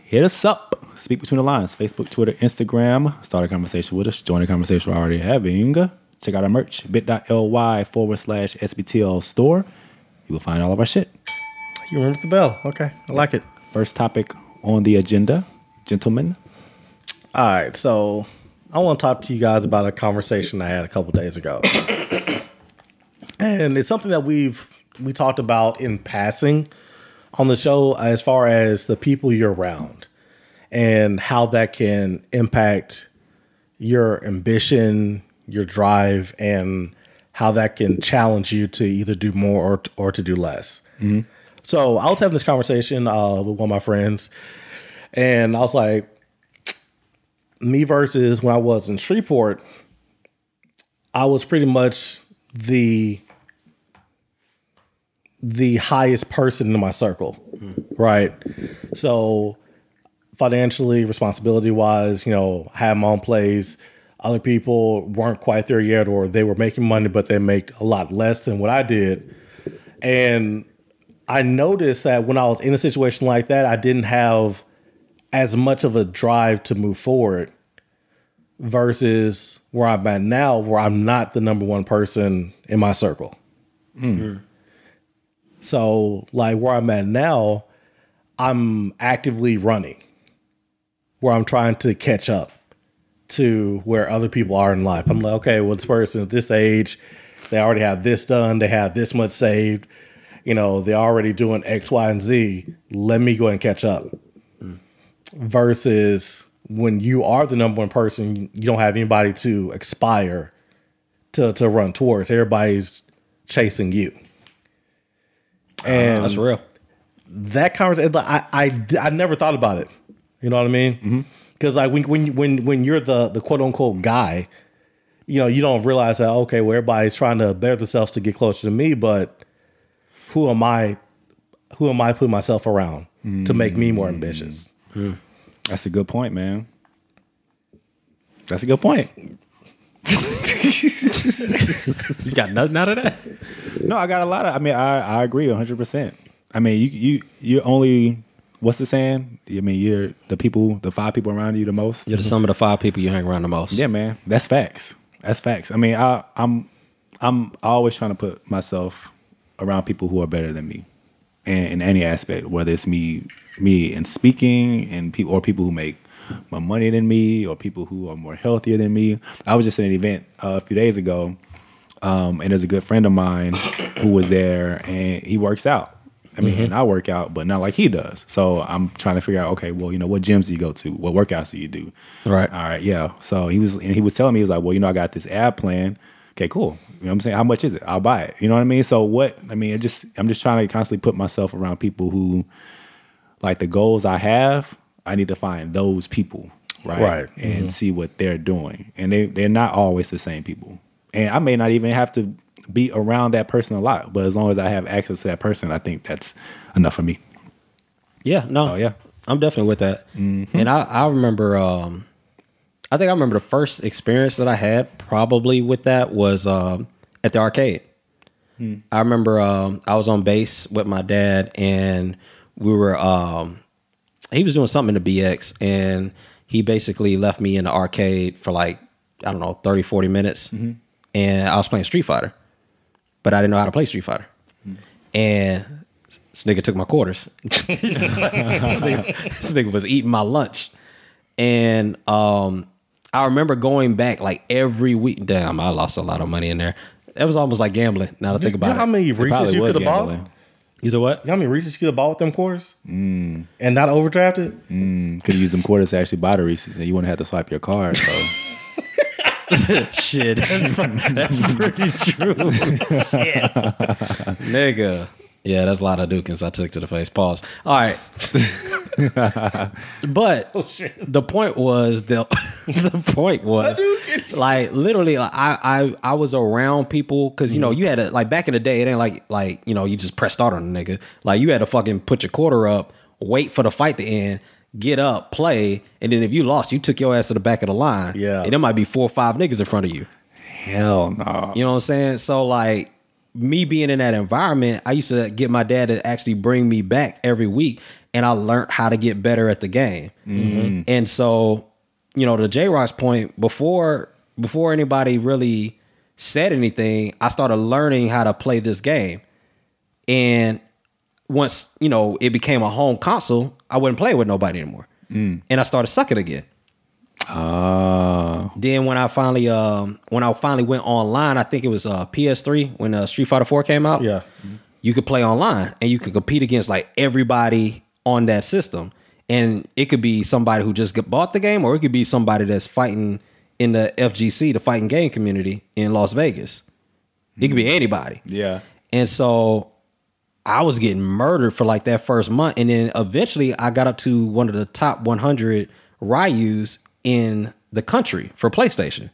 [SPEAKER 4] Hit us up. Speak between the lines. Facebook, Twitter, Instagram. Start a conversation with us. Join the conversation we're already having. Check out our merch, bit.ly forward slash SBTL store. You will find all of our shit.
[SPEAKER 2] You remember the bell? Okay, I like it.
[SPEAKER 4] First topic on the agenda, gentlemen.
[SPEAKER 2] All right, so I want to talk to you guys about a conversation I had a couple days ago, (coughs) and it's something that we've we talked about in passing on the show as far as the people you're around and how that can impact your ambition, your drive, and how that can challenge you to either do more or or to do less. So I was having this conversation uh, with one of my friends, and I was like me versus when I was in Shreveport, I was pretty much the the highest person in my circle, right? So financially, responsibility wise, you know, I had my own place. Other people weren't quite there yet, or they were making money, but they make a lot less than what I did. And I noticed that when I was in a situation like that, I didn't have as much of a drive to move forward versus where I'm at now, where I'm not the number one person in my circle. So, like where I'm at now, I'm actively running where I'm trying to catch up to where other people are in life. I'm like, okay, well, this person at this age, they already have this done, they have this much saved, you know, they're already doing X, Y, and Z. Let me go and catch up versus when you are the number one person, you don't have anybody to aspire to to run towards. Everybody's chasing you. And
[SPEAKER 1] That's real.
[SPEAKER 2] that conversation, like, I, I I never thought about it. You know what I mean? Because like when when you- when when you're the the quote unquote guy, you know you don't realize that okay, well everybody's trying to better themselves to get closer to me, but who am I? Who am I putting myself around to make me more ambitious?
[SPEAKER 4] That's a good point, man. That's a
[SPEAKER 1] (laughs)
[SPEAKER 4] good point.
[SPEAKER 1] You got nothing out of that.
[SPEAKER 4] No, I got a lot of. I mean, I, I agree 100. percent I mean, you you you're only what's the saying? I mean, you're the people, the five people around you the most.
[SPEAKER 1] You're the sum of the five people you hang around the most.
[SPEAKER 4] Yeah, man, that's facts. That's facts. I mean, I, I'm I'm always trying to put myself around people who are better than me, in, in any aspect, whether it's me me in speaking and people or people who make more money than me or people who are more healthier than me. I was just at an event uh, a few days ago, um, and there's a good friend of mine (coughs) who was there, and he works out. I mean, and I work out, but not like he does. So I'm trying to figure out, okay, well, you know, what gyms do you go to? What workouts do you do?
[SPEAKER 1] Right.
[SPEAKER 4] All right. Yeah. So he was, and he was telling me, he was like, well, you know, I got this ad plan. Okay, cool. You know what I'm saying? How much is it? I'll buy it. You know what I mean? So what, I mean, it just, I'm just trying to constantly put myself around people who, like the goals I have, I need to find those people, right?
[SPEAKER 2] Right. Mm-hmm.
[SPEAKER 4] And see what they're doing. And they they're not always the same people. And I may not even have to be around that person a lot, but as long as I have access to that person, I think that's enough for me.
[SPEAKER 1] Yeah, no.
[SPEAKER 4] Oh, yeah. Mm-hmm.
[SPEAKER 1] I'm definitely with that. And I, I remember um I think I remember the first experience that I had probably with that was um at the
[SPEAKER 4] Hmm.
[SPEAKER 1] arcade. I remember um I was on base with my dad and we were um he was doing something in the BX and he basically left me in the arcade for like I don't know 30 40 minutes
[SPEAKER 4] Mm-hmm.
[SPEAKER 1] and I was playing Street Fighter but I didn't know how to play Street Fighter and this nigga took my quarters (laughs) this, nigga, this nigga was eating my lunch and um I remember going back like every week damn I lost a lot of money in there that was almost like gambling now to think
[SPEAKER 2] You know
[SPEAKER 1] about
[SPEAKER 2] how
[SPEAKER 1] it
[SPEAKER 2] many Reese's
[SPEAKER 4] probably
[SPEAKER 2] you
[SPEAKER 4] was
[SPEAKER 2] could have bought? You
[SPEAKER 4] gambling.
[SPEAKER 2] know
[SPEAKER 1] you said what
[SPEAKER 2] how many Reese's you could have bought with them quarters? And not overdrafted?
[SPEAKER 4] Could use them quarters to actually buy the Reese's, and you wouldn't have to swipe your card. So
[SPEAKER 1] (laughs)
[SPEAKER 2] (laughs)
[SPEAKER 1] Shit, that's, pre- that's pretty true. Shit, nigga. Yeah, that's a lot of Dukins I took to the face. Pause. All right,
[SPEAKER 2] (laughs)
[SPEAKER 1] but the point was the (laughs) the point was like literally like, I I I was around people because you know you had to like back in the day it ain't like like you know you just press start on a nigga like you had to fucking put your quarter up wait for the fight to end get up play and then if you lost you took your ass to the back of the line
[SPEAKER 2] Yeah.
[SPEAKER 1] and there might be four or five niggas in front of you.
[SPEAKER 4] hell no.
[SPEAKER 1] You know what I'm saying? So like me being in that environment, I used to get my dad to actually bring me back every week, and I learned how to get better at the game. And so, you know, to J Rock's point, before before anybody really said anything, I started learning how to play this game. And once you know it became a home console, I wouldn't play with nobody anymore, and I started sucking again.
[SPEAKER 4] Uh,
[SPEAKER 1] Then when I finally um when I finally went online, I think it was uh PS3 when uh, Street Fighter 4 came out.
[SPEAKER 2] Yeah.
[SPEAKER 1] You could play online and you could compete against like everybody on that system. And it could be somebody who just get- bought the game or it could be somebody that's fighting in the FGC, the fighting game community in Las Vegas. It could be anybody.
[SPEAKER 4] yeah.
[SPEAKER 1] And so I was getting murdered for like that first month. And then eventually I got up to one of the top 100 Ryus in the country for PlayStation.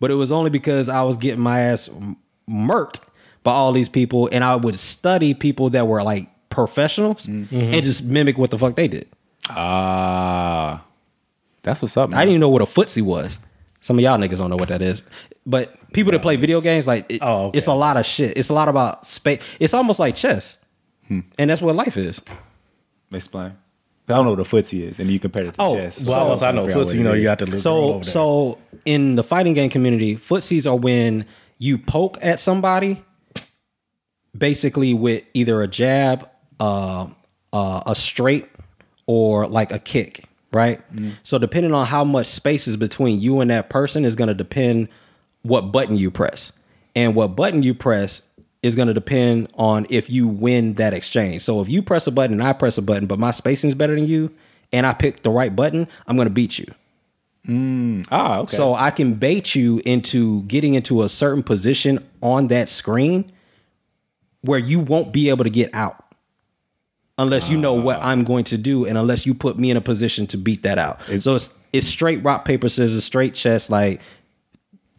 [SPEAKER 1] But it was only because I was getting my ass m- murked by all these people. And I would study people that were like professionals and just mimic what the fuck they did.
[SPEAKER 4] Ah, that's what's up. Man.
[SPEAKER 1] I didn't even know what a footsie was. Some of y'all niggas don't know what that is. But people that play video games, like, it-
[SPEAKER 2] Oh, okay.
[SPEAKER 1] it's a lot of shit. It's a lot about space. It's almost like chess.
[SPEAKER 2] Hmm.
[SPEAKER 1] And that's what life is.
[SPEAKER 4] explain. I don't know what a footsie is, and you compare it to
[SPEAKER 1] Oh,
[SPEAKER 4] chess.
[SPEAKER 1] well,
[SPEAKER 2] Well,
[SPEAKER 1] So-
[SPEAKER 2] I know pussy, you know, you got to lose.
[SPEAKER 1] So, so in the fighting game community, footsies are when you poke at somebody, basically with either a jab, uh, uh, a straight, or like a kick, right? So, depending on how much space is between you and that person, is going to depend what button you press, and what button you press is going to depend on if you win that exchange. So, if you press a button and I press a button, but my spacing is better than you. And I pick the right button, I'm gonna beat you.
[SPEAKER 4] ah, okay.
[SPEAKER 1] So I can bait you into getting into a certain position on that screen where you won't be able to get out unless you know what I'm going to do and unless you put me in a position to beat that out. so it's it's straight rock paper scissors, straight chess, like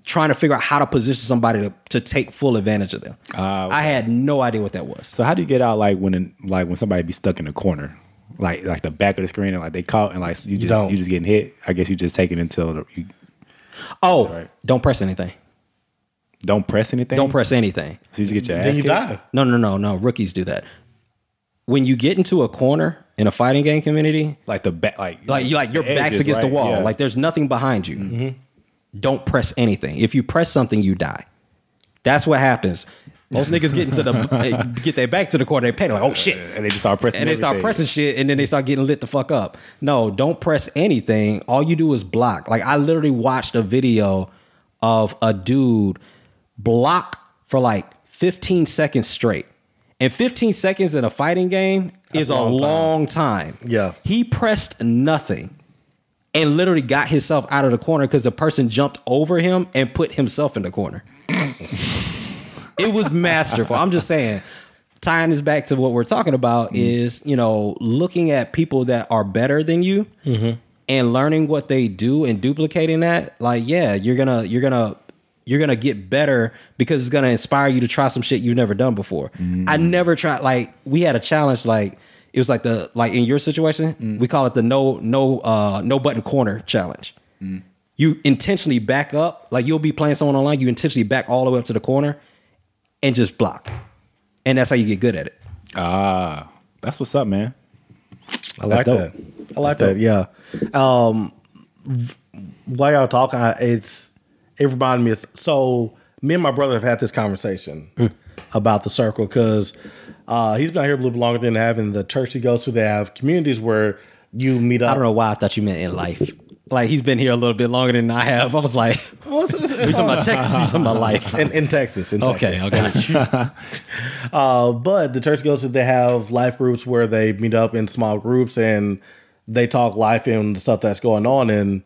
[SPEAKER 1] trying to figure out how to position somebody to, to take full advantage of them. I had no idea what that was.
[SPEAKER 4] So how do you get out like when like when somebody be stuck in a corner, like like the back of the screen and like they caught and like you just
[SPEAKER 2] Don't.
[SPEAKER 4] you just getting hit? I guess you just take it until the, you
[SPEAKER 1] Oh, don't press anything.
[SPEAKER 4] don't press anything.
[SPEAKER 1] Don't press anything.
[SPEAKER 4] So you just get your
[SPEAKER 2] then
[SPEAKER 4] ass
[SPEAKER 2] you
[SPEAKER 4] kicked.
[SPEAKER 2] die.
[SPEAKER 1] No, no, no, no. Rookies do that. When you get into a corner in a fighting game community,
[SPEAKER 4] Like the back, like
[SPEAKER 1] like you like your
[SPEAKER 4] the
[SPEAKER 1] back's
[SPEAKER 4] edges,
[SPEAKER 1] against
[SPEAKER 4] right?
[SPEAKER 1] the wall
[SPEAKER 4] Yeah. Mm-hmm.
[SPEAKER 1] like there's nothing behind you don't press anything if you press something you die that's what happens most niggas get into the (laughs) they get their back to the corner they panic like oh shit
[SPEAKER 4] and they just start pressing.
[SPEAKER 1] and they start
[SPEAKER 4] everything.
[SPEAKER 1] pressing shit and then they start getting lit the fuck up no don't press anything all you do is block like i literally watched a video of a dude block for like 15 seconds straight and 15 seconds in a fighting game is a
[SPEAKER 2] long time.
[SPEAKER 1] long time
[SPEAKER 2] Yeah.
[SPEAKER 1] he pressed nothing and literally got himself out of the corner because the person jumped over him and put himself in the corner. it was masterful. I'm just saying, tying this back to what we're talking about is, you know, looking at people that are better than you and learning what they do and duplicating that. Like, yeah, you're gonna, you're gonna, you're gonna get better because it's gonna inspire you to try some shit you've never done before. I never tried. Like, we had a challenge. Like, it was like the like in your situation, we call it the no no uh no button corner challenge you intentionally back up, like you'll be playing someone online, you intentionally back all the way up to the corner and just block. And that's how you get good at it.
[SPEAKER 4] Ah, that's what's up, man.
[SPEAKER 2] I like
[SPEAKER 4] dope.
[SPEAKER 2] that. I like that. Yeah. Um, v- while y'all talking, I, it's it reminded me. Of, so me and my brother have had this conversation
[SPEAKER 1] Hmm.
[SPEAKER 2] about the circle because uh, he's been out here a little bit longer than having the church he goes to. They have communities where you meet up.
[SPEAKER 1] I don't know why I thought you meant in life. Like he's been here a little bit longer than I have. I was like, (laughs)
[SPEAKER 2] Well, it's- it's-
[SPEAKER 1] you
[SPEAKER 2] it's
[SPEAKER 1] talking
[SPEAKER 2] all-
[SPEAKER 1] about Texas? You talking about life?
[SPEAKER 2] (laughs) in, in Texas. In
[SPEAKER 1] Okay,
[SPEAKER 2] Texas.
[SPEAKER 1] I got you.
[SPEAKER 2] (laughs) Uh, but the church goes to they have life groups where they meet up in small groups and they talk life and the stuff that's going on. And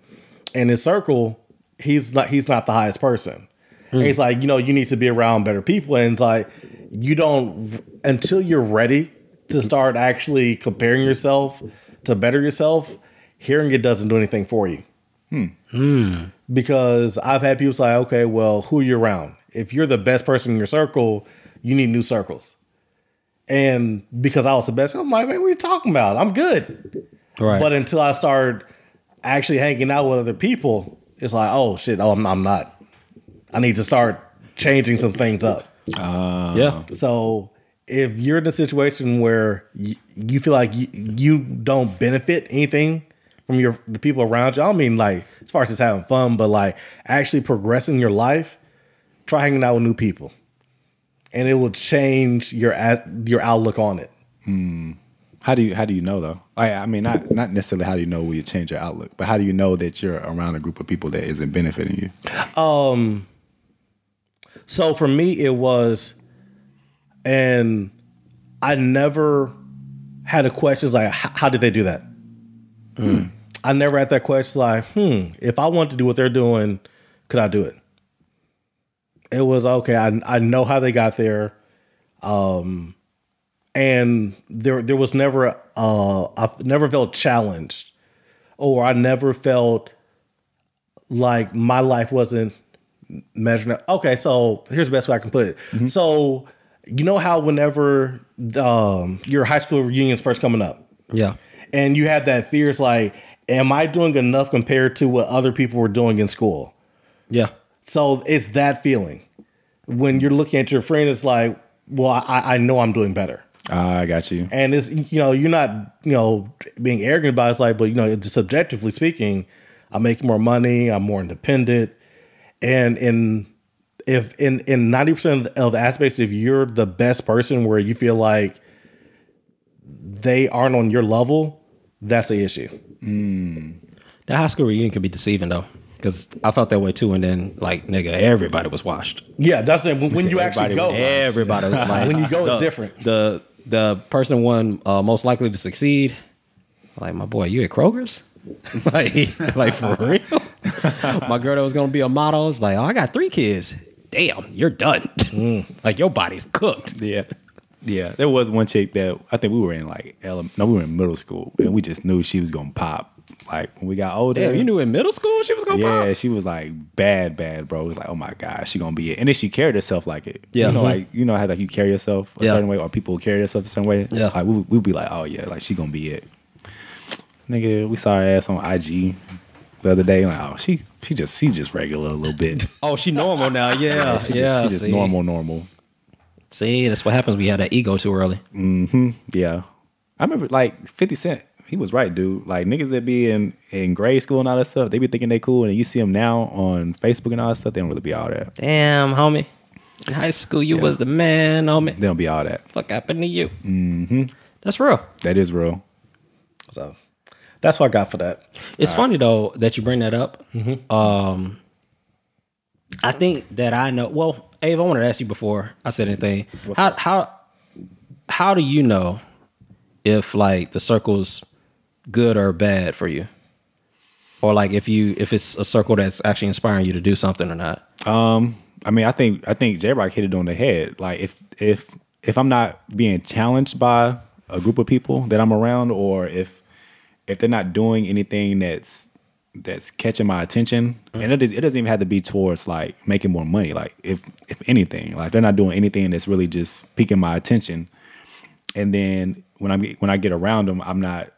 [SPEAKER 2] in his circle, he's not he's not the highest person. And he's like, you know, you need to be around better people. And it's like, you don't until you're ready to start actually comparing yourself to better yourself. Hearing it doesn't do anything for you Hmm. because I've had people say, okay, well, who you around? If you're the best person in your circle, you need new circles. And because I was the best, I'm like, man, what are you talking about? I'm good.
[SPEAKER 1] Right.
[SPEAKER 2] But until I start actually hanging out with other people, it's like, oh shit, oh, I'm, I'm not. I need to start changing some things up.
[SPEAKER 1] yeah.
[SPEAKER 2] So if you're in a situation where you, you feel like you, you don't benefit anything from your the people around you, I don't mean like as far as just having fun, but like actually progressing your life, try hanging out with new people, and it will change your as- your outlook on it.
[SPEAKER 4] How do you how do you know though? I I mean not not necessarily how do you know will you change your outlook, but how do you know that you're around a group of people that isn't benefiting you?
[SPEAKER 2] So for me, it was, and I never had a question like, "H- how did they do that? I never had that question like, hmm, if I wanted to do what they're doing, could I do it? It was okay. I I know how they got there, um, and there there was never uh I never felt challenged, or I never felt like my life wasn't measuring up. Okay, so here's the best way I can put it. So you know how whenever um, your high school reunions first coming up,
[SPEAKER 1] Yeah.
[SPEAKER 2] and you have that fear, it's like, am I doing enough compared to what other people were doing in school?
[SPEAKER 1] Yeah.
[SPEAKER 2] So it's that feeling when you're looking at your friend. It's like, well, I, I know I'm doing better.
[SPEAKER 4] Ah, I got you.
[SPEAKER 2] And it's you know you're not you know being arrogant about it. it's like but you know just subjectively speaking, I make more money, I'm more independent, and in if in in ninety percent of the aspects, if you're the best person where you feel like they aren't on your level, that's the issue.
[SPEAKER 1] The high school reunion can be deceiving though, because I felt that way too. And then like nigga, everybody was washed.
[SPEAKER 2] Yeah, that's it. when, when you actually
[SPEAKER 1] Everybody
[SPEAKER 2] go.
[SPEAKER 1] was- Everybody was like,
[SPEAKER 2] When you go, it's
[SPEAKER 1] the-
[SPEAKER 2] different.
[SPEAKER 1] The the person one uh, most likely to succeed. Like my boy, you at Kroger's? (laughs) like, like for real? (laughs) my girl that was gonna be a model is like, oh, I got three kids. Damn, you're done. (laughs) like your body's cooked.
[SPEAKER 4] Yeah. Yeah. There was one chick that I think we were in like ele- no, we were in middle school and we just knew she was gonna pop. Like when we got older.
[SPEAKER 1] Damn, you knew in middle school she was (laughs) gonna
[SPEAKER 4] Yeah,
[SPEAKER 1] pop.
[SPEAKER 4] she was like bad, bad, bro. It was like, oh my god, she gonna be it. And then she carried herself like it.
[SPEAKER 1] Yeah.
[SPEAKER 4] you know,
[SPEAKER 1] Mhm.
[SPEAKER 4] like you know how like you carry yourself a
[SPEAKER 1] Yeah.
[SPEAKER 4] certain way, or people carry themselves a certain way.
[SPEAKER 1] Yeah.
[SPEAKER 4] like we we'd be like, oh yeah, like she gonna be it. Nigga, we saw her ass on IG the other day. Like, oh, she she just she just regular a little
[SPEAKER 1] (laughs)
[SPEAKER 4] bit.
[SPEAKER 1] Oh, she normal now. Yeah, yeah.
[SPEAKER 4] she just, she just
[SPEAKER 1] see.
[SPEAKER 4] normal, normal.
[SPEAKER 1] See, that's what happens. We had that ego too early.
[SPEAKER 4] Yeah. I remember like 50 Cent. He was right, dude. Like niggas that be in, in grade school and all that stuff, they be thinking they cool. And you see them now on Facebook and all that stuff, they don't really be all that.
[SPEAKER 1] Damn, homie. In high school, you was the man, homie.
[SPEAKER 4] They don't be all that.
[SPEAKER 1] Fuck happened to you? Mm-hmm. That's real.
[SPEAKER 4] That is real.
[SPEAKER 2] So that's what I got for that.
[SPEAKER 1] It's funny though that you bring that up.
[SPEAKER 4] Mm-hmm.
[SPEAKER 1] Um, I think that I know. Well, Abe, I wanted to ask you before I said anything. how how how do you know if like the circle's good or bad for you, or like if you if it's a circle that's actually inspiring you to do something or not?
[SPEAKER 4] I mean, I think I think J Rock hit it on the head. Like if if if I'm not being challenged by a group of people that I'm around, or if if they're not doing anything that's that's catching my attention, and it is it doesn't even have to be towards like making more money. Like if if anything, like they're not doing anything that's really just piquing my attention. And then when I am when I get around them, I'm not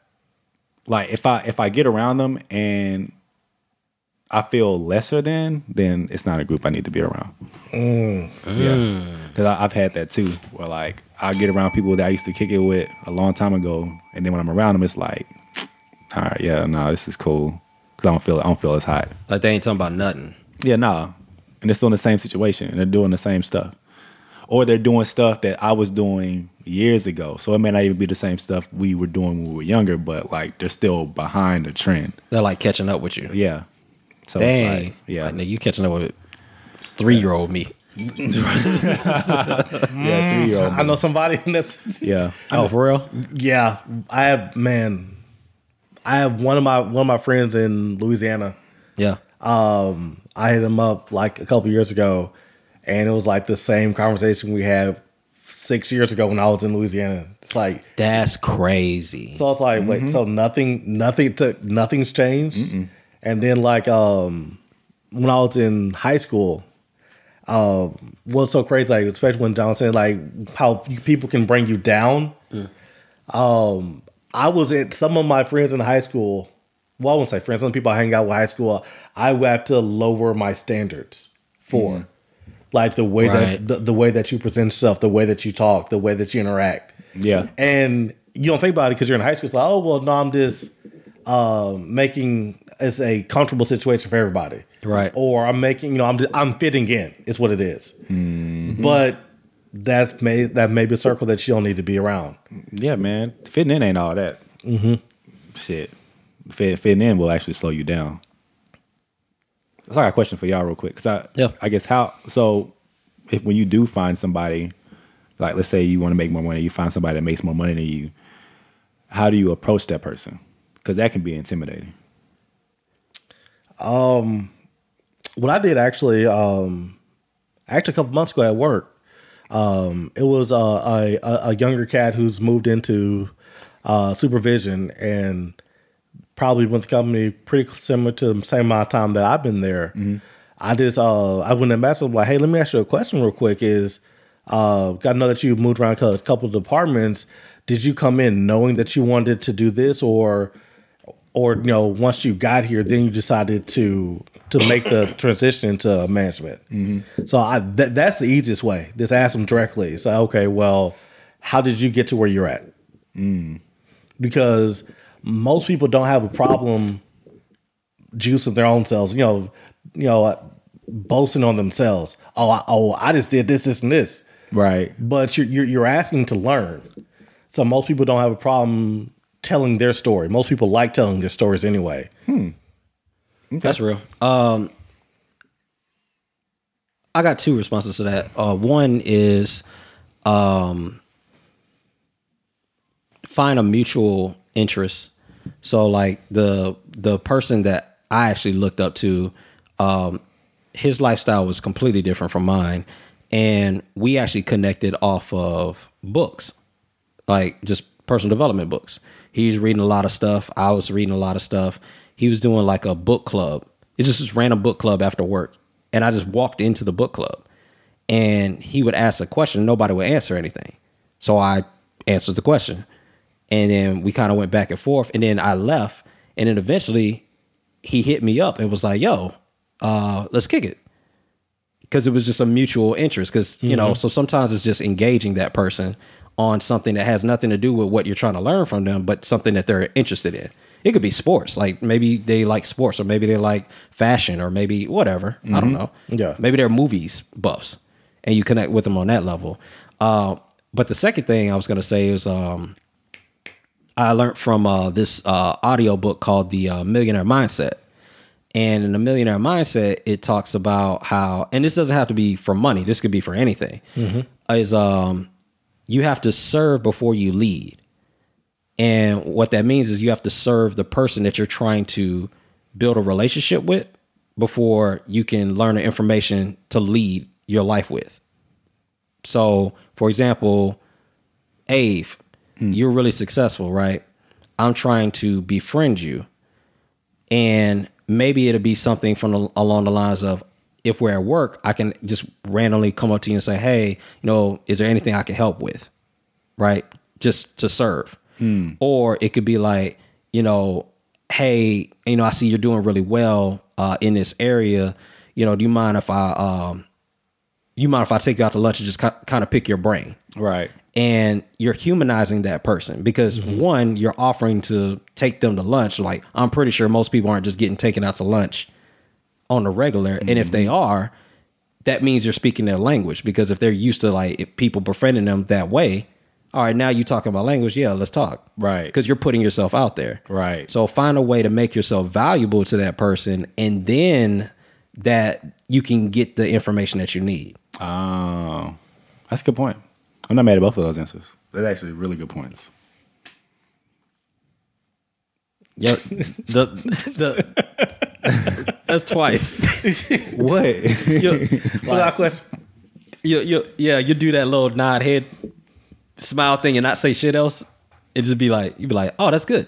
[SPEAKER 4] like if I if I get around them and I feel lesser than, then it's not a group I need to be around. Yeah. because I've had that too. Where like I get around people that I used to kick it with a long time ago, and then when I'm around them, it's like, all right, yeah, no, this is cool. Cause I don't feel I don't feel as hot.
[SPEAKER 1] Like they ain't talking about nothing.
[SPEAKER 4] Yeah, nah. And they're still in the same situation and they're doing the same stuff. Or they're doing stuff that I was doing years ago. So it may not even be the same stuff we were doing when we were younger, but like they're still behind the trend.
[SPEAKER 1] They're like catching up with you.
[SPEAKER 4] Yeah. So
[SPEAKER 1] Dang.
[SPEAKER 4] it's like, yeah.
[SPEAKER 1] Like, nigga, you catching up with three year old me.
[SPEAKER 4] yeah, three year
[SPEAKER 2] I
[SPEAKER 4] old.
[SPEAKER 2] know somebody that's
[SPEAKER 4] Yeah.
[SPEAKER 1] Oh, for real?
[SPEAKER 2] (laughs)
[SPEAKER 4] Mm-hmm.
[SPEAKER 2] yeah. I have man, I have one of my one of my friends in Louisiana.
[SPEAKER 1] Yeah.
[SPEAKER 2] um, I hit him up like a couple years ago, and it was like the same conversation we had six years ago when I was in Louisiana. It's like
[SPEAKER 1] That's crazy.
[SPEAKER 2] so. It's like wait, so nothing, nothing took, nothing's changed. And then like um, when I was in high school, um, what's so crazy? Like especially when John said like how people can bring you down. Um, I was at some of my friends in high school. Well, I won't say friends. Some people I hang out with high school. I would have to lower my standards for, like the way
[SPEAKER 1] Right.
[SPEAKER 2] that the, the way that you present yourself, the way that you talk, the way that you interact.
[SPEAKER 4] Yeah.
[SPEAKER 2] And you don't think about it because you're in high school. It's like, oh well, no, I'm just um making it's a comfortable situation for everybody,
[SPEAKER 1] Right.
[SPEAKER 2] Or I'm making, you know, I'm I'm fitting in. It's what it is. But that's may that may be a circle that you don't need to be around.
[SPEAKER 4] Yeah, man. Fitting in ain't all that. Mm-hmm. Shit. Fit, fitting in will actually slow you down. So I got a question for y'all real quick. Cause I,
[SPEAKER 1] Yeah.
[SPEAKER 4] I guess how, so if when you do find somebody, like let's say you want to make more money, you find somebody that makes more money than you, how do you approach that person? Cause that can be intimidating.
[SPEAKER 2] What I did actually, um, actually a couple months ago at work, um, it was uh, a a a younger cat who's moved into uh, supervision and probably with the company pretty similar to the same amount of time that I've been there. I just uh I went to match up like, hey, let me ask you a question real quick. Is uh got to know that you moved around a cou- couple of departments. Did you come in knowing that you wanted to do this or or you know, once you got here, then you decided to to make the transition to management. So I that that's the easiest way. Just ask them directly. Say, okay, well, how did you get to where you're at? because most people don't have a problem juicing their own selves. You know, you know, boasting on themselves. Oh, I, oh, I just did this, this, and this.
[SPEAKER 4] Right.
[SPEAKER 2] But you're, you're you're asking to learn. So most people don't have a problem telling their story. Most people like telling their stories anyway.
[SPEAKER 1] That's real. Um, I got two responses to that. Uh, one is um, find a mutual interest. So, like the the person that I actually looked up to, um, his lifestyle was completely different from mine, and we actually connected off of books like just personal development books. He's reading a lot of stuff. I was reading a lot of stuff. He was doing like a book club. It's just this random book club after work. And I just walked into the book club and he would ask a question. Nobody would answer anything. So I answered the question. And then we kind of went back and forth. And then I left. And then eventually he hit me up and was like, yo, uh, let's kick it because it was just a mutual interest. Because you know, so sometimes it's just engaging that person on something that has nothing to do with what you're trying to learn from them, but something that they're interested in. It could be sports, like maybe they like sports, or maybe they like fashion, or maybe whatever. I don't know.
[SPEAKER 2] Yeah.
[SPEAKER 1] maybe they're movies buffs, and you connect with them on that level. Uh, but the second thing I was going to say is um, I learned from uh, this uh, audiobook called The uh, Millionaire Mindset. And in the millionaire mindset, it talks about how, and this doesn't have to be for money. This could be for anything. Is um, you have to serve before you lead, and what that means is you have to serve the person that you're trying to build a relationship with before you can learn the information to lead your life with. So, for example, Ave, you're really successful, right? I'm trying to befriend you and maybe it'll be something from the, along the lines of if we're at work i can just randomly come up to you and say hey you know is there anything i can help with right just to serve or it could be like you know hey you know i see you're doing really well uh, in this area you know do you mind if i um, you mind if I take you out to lunch and just kind of pick your brain?
[SPEAKER 4] Right.
[SPEAKER 1] and you're humanizing that person because
[SPEAKER 4] Mm-hmm.
[SPEAKER 1] one you're offering to take them to lunch like i'm pretty sure most people aren't just getting taken out to lunch on the regular and if
[SPEAKER 4] Mm-hmm.
[SPEAKER 1] they are that means you're speaking their language because if they're used to like if people befriending them that way all right now you talking my language yeah let's talk
[SPEAKER 4] Right.
[SPEAKER 1] because you're putting yourself out there
[SPEAKER 4] Right.
[SPEAKER 1] so find a way to make yourself valuable to that person and then that you can get the information that you need
[SPEAKER 4] Oh, that's a good point. I'm not mad at both of those answers. They're actually really good points.
[SPEAKER 1] Yep. the the
[SPEAKER 2] (laughs)
[SPEAKER 1] that's twice.
[SPEAKER 4] What? (laughs)
[SPEAKER 1] You,
[SPEAKER 2] Without question.
[SPEAKER 1] you, you, yeah, you do that little nod head smile thing and not say shit else. It just be like you be like, oh, that's good.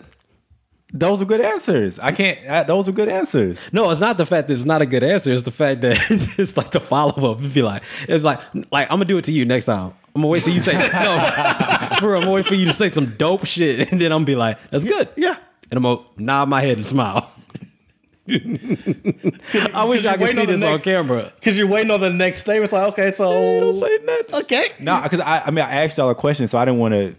[SPEAKER 4] those are good answers. I can't. I, those are good answers.
[SPEAKER 1] No, it's not the fact that it's not a good answer. It's the fact that (laughs) it's just like the follow up. It'd Be like, it's like, like I'm gonna do it to you next time. I'm gonna wait till you say (laughs) no. (laughs) Bro, I'm gonna wait for you to say some dope shit, and then I'm gonna be like, that's good.
[SPEAKER 2] Yeah.
[SPEAKER 1] and I'm gonna nod my head and
[SPEAKER 2] (laughs)
[SPEAKER 1] smile. (laughs) I wish I could
[SPEAKER 2] Waiting
[SPEAKER 1] see
[SPEAKER 2] on the
[SPEAKER 1] this on
[SPEAKER 2] next-
[SPEAKER 1] camera.
[SPEAKER 2] Cause you're waiting on the next statement. It's like, okay, so okay.
[SPEAKER 4] No, because I, I mean, I asked y'all a question, so I didn't want to.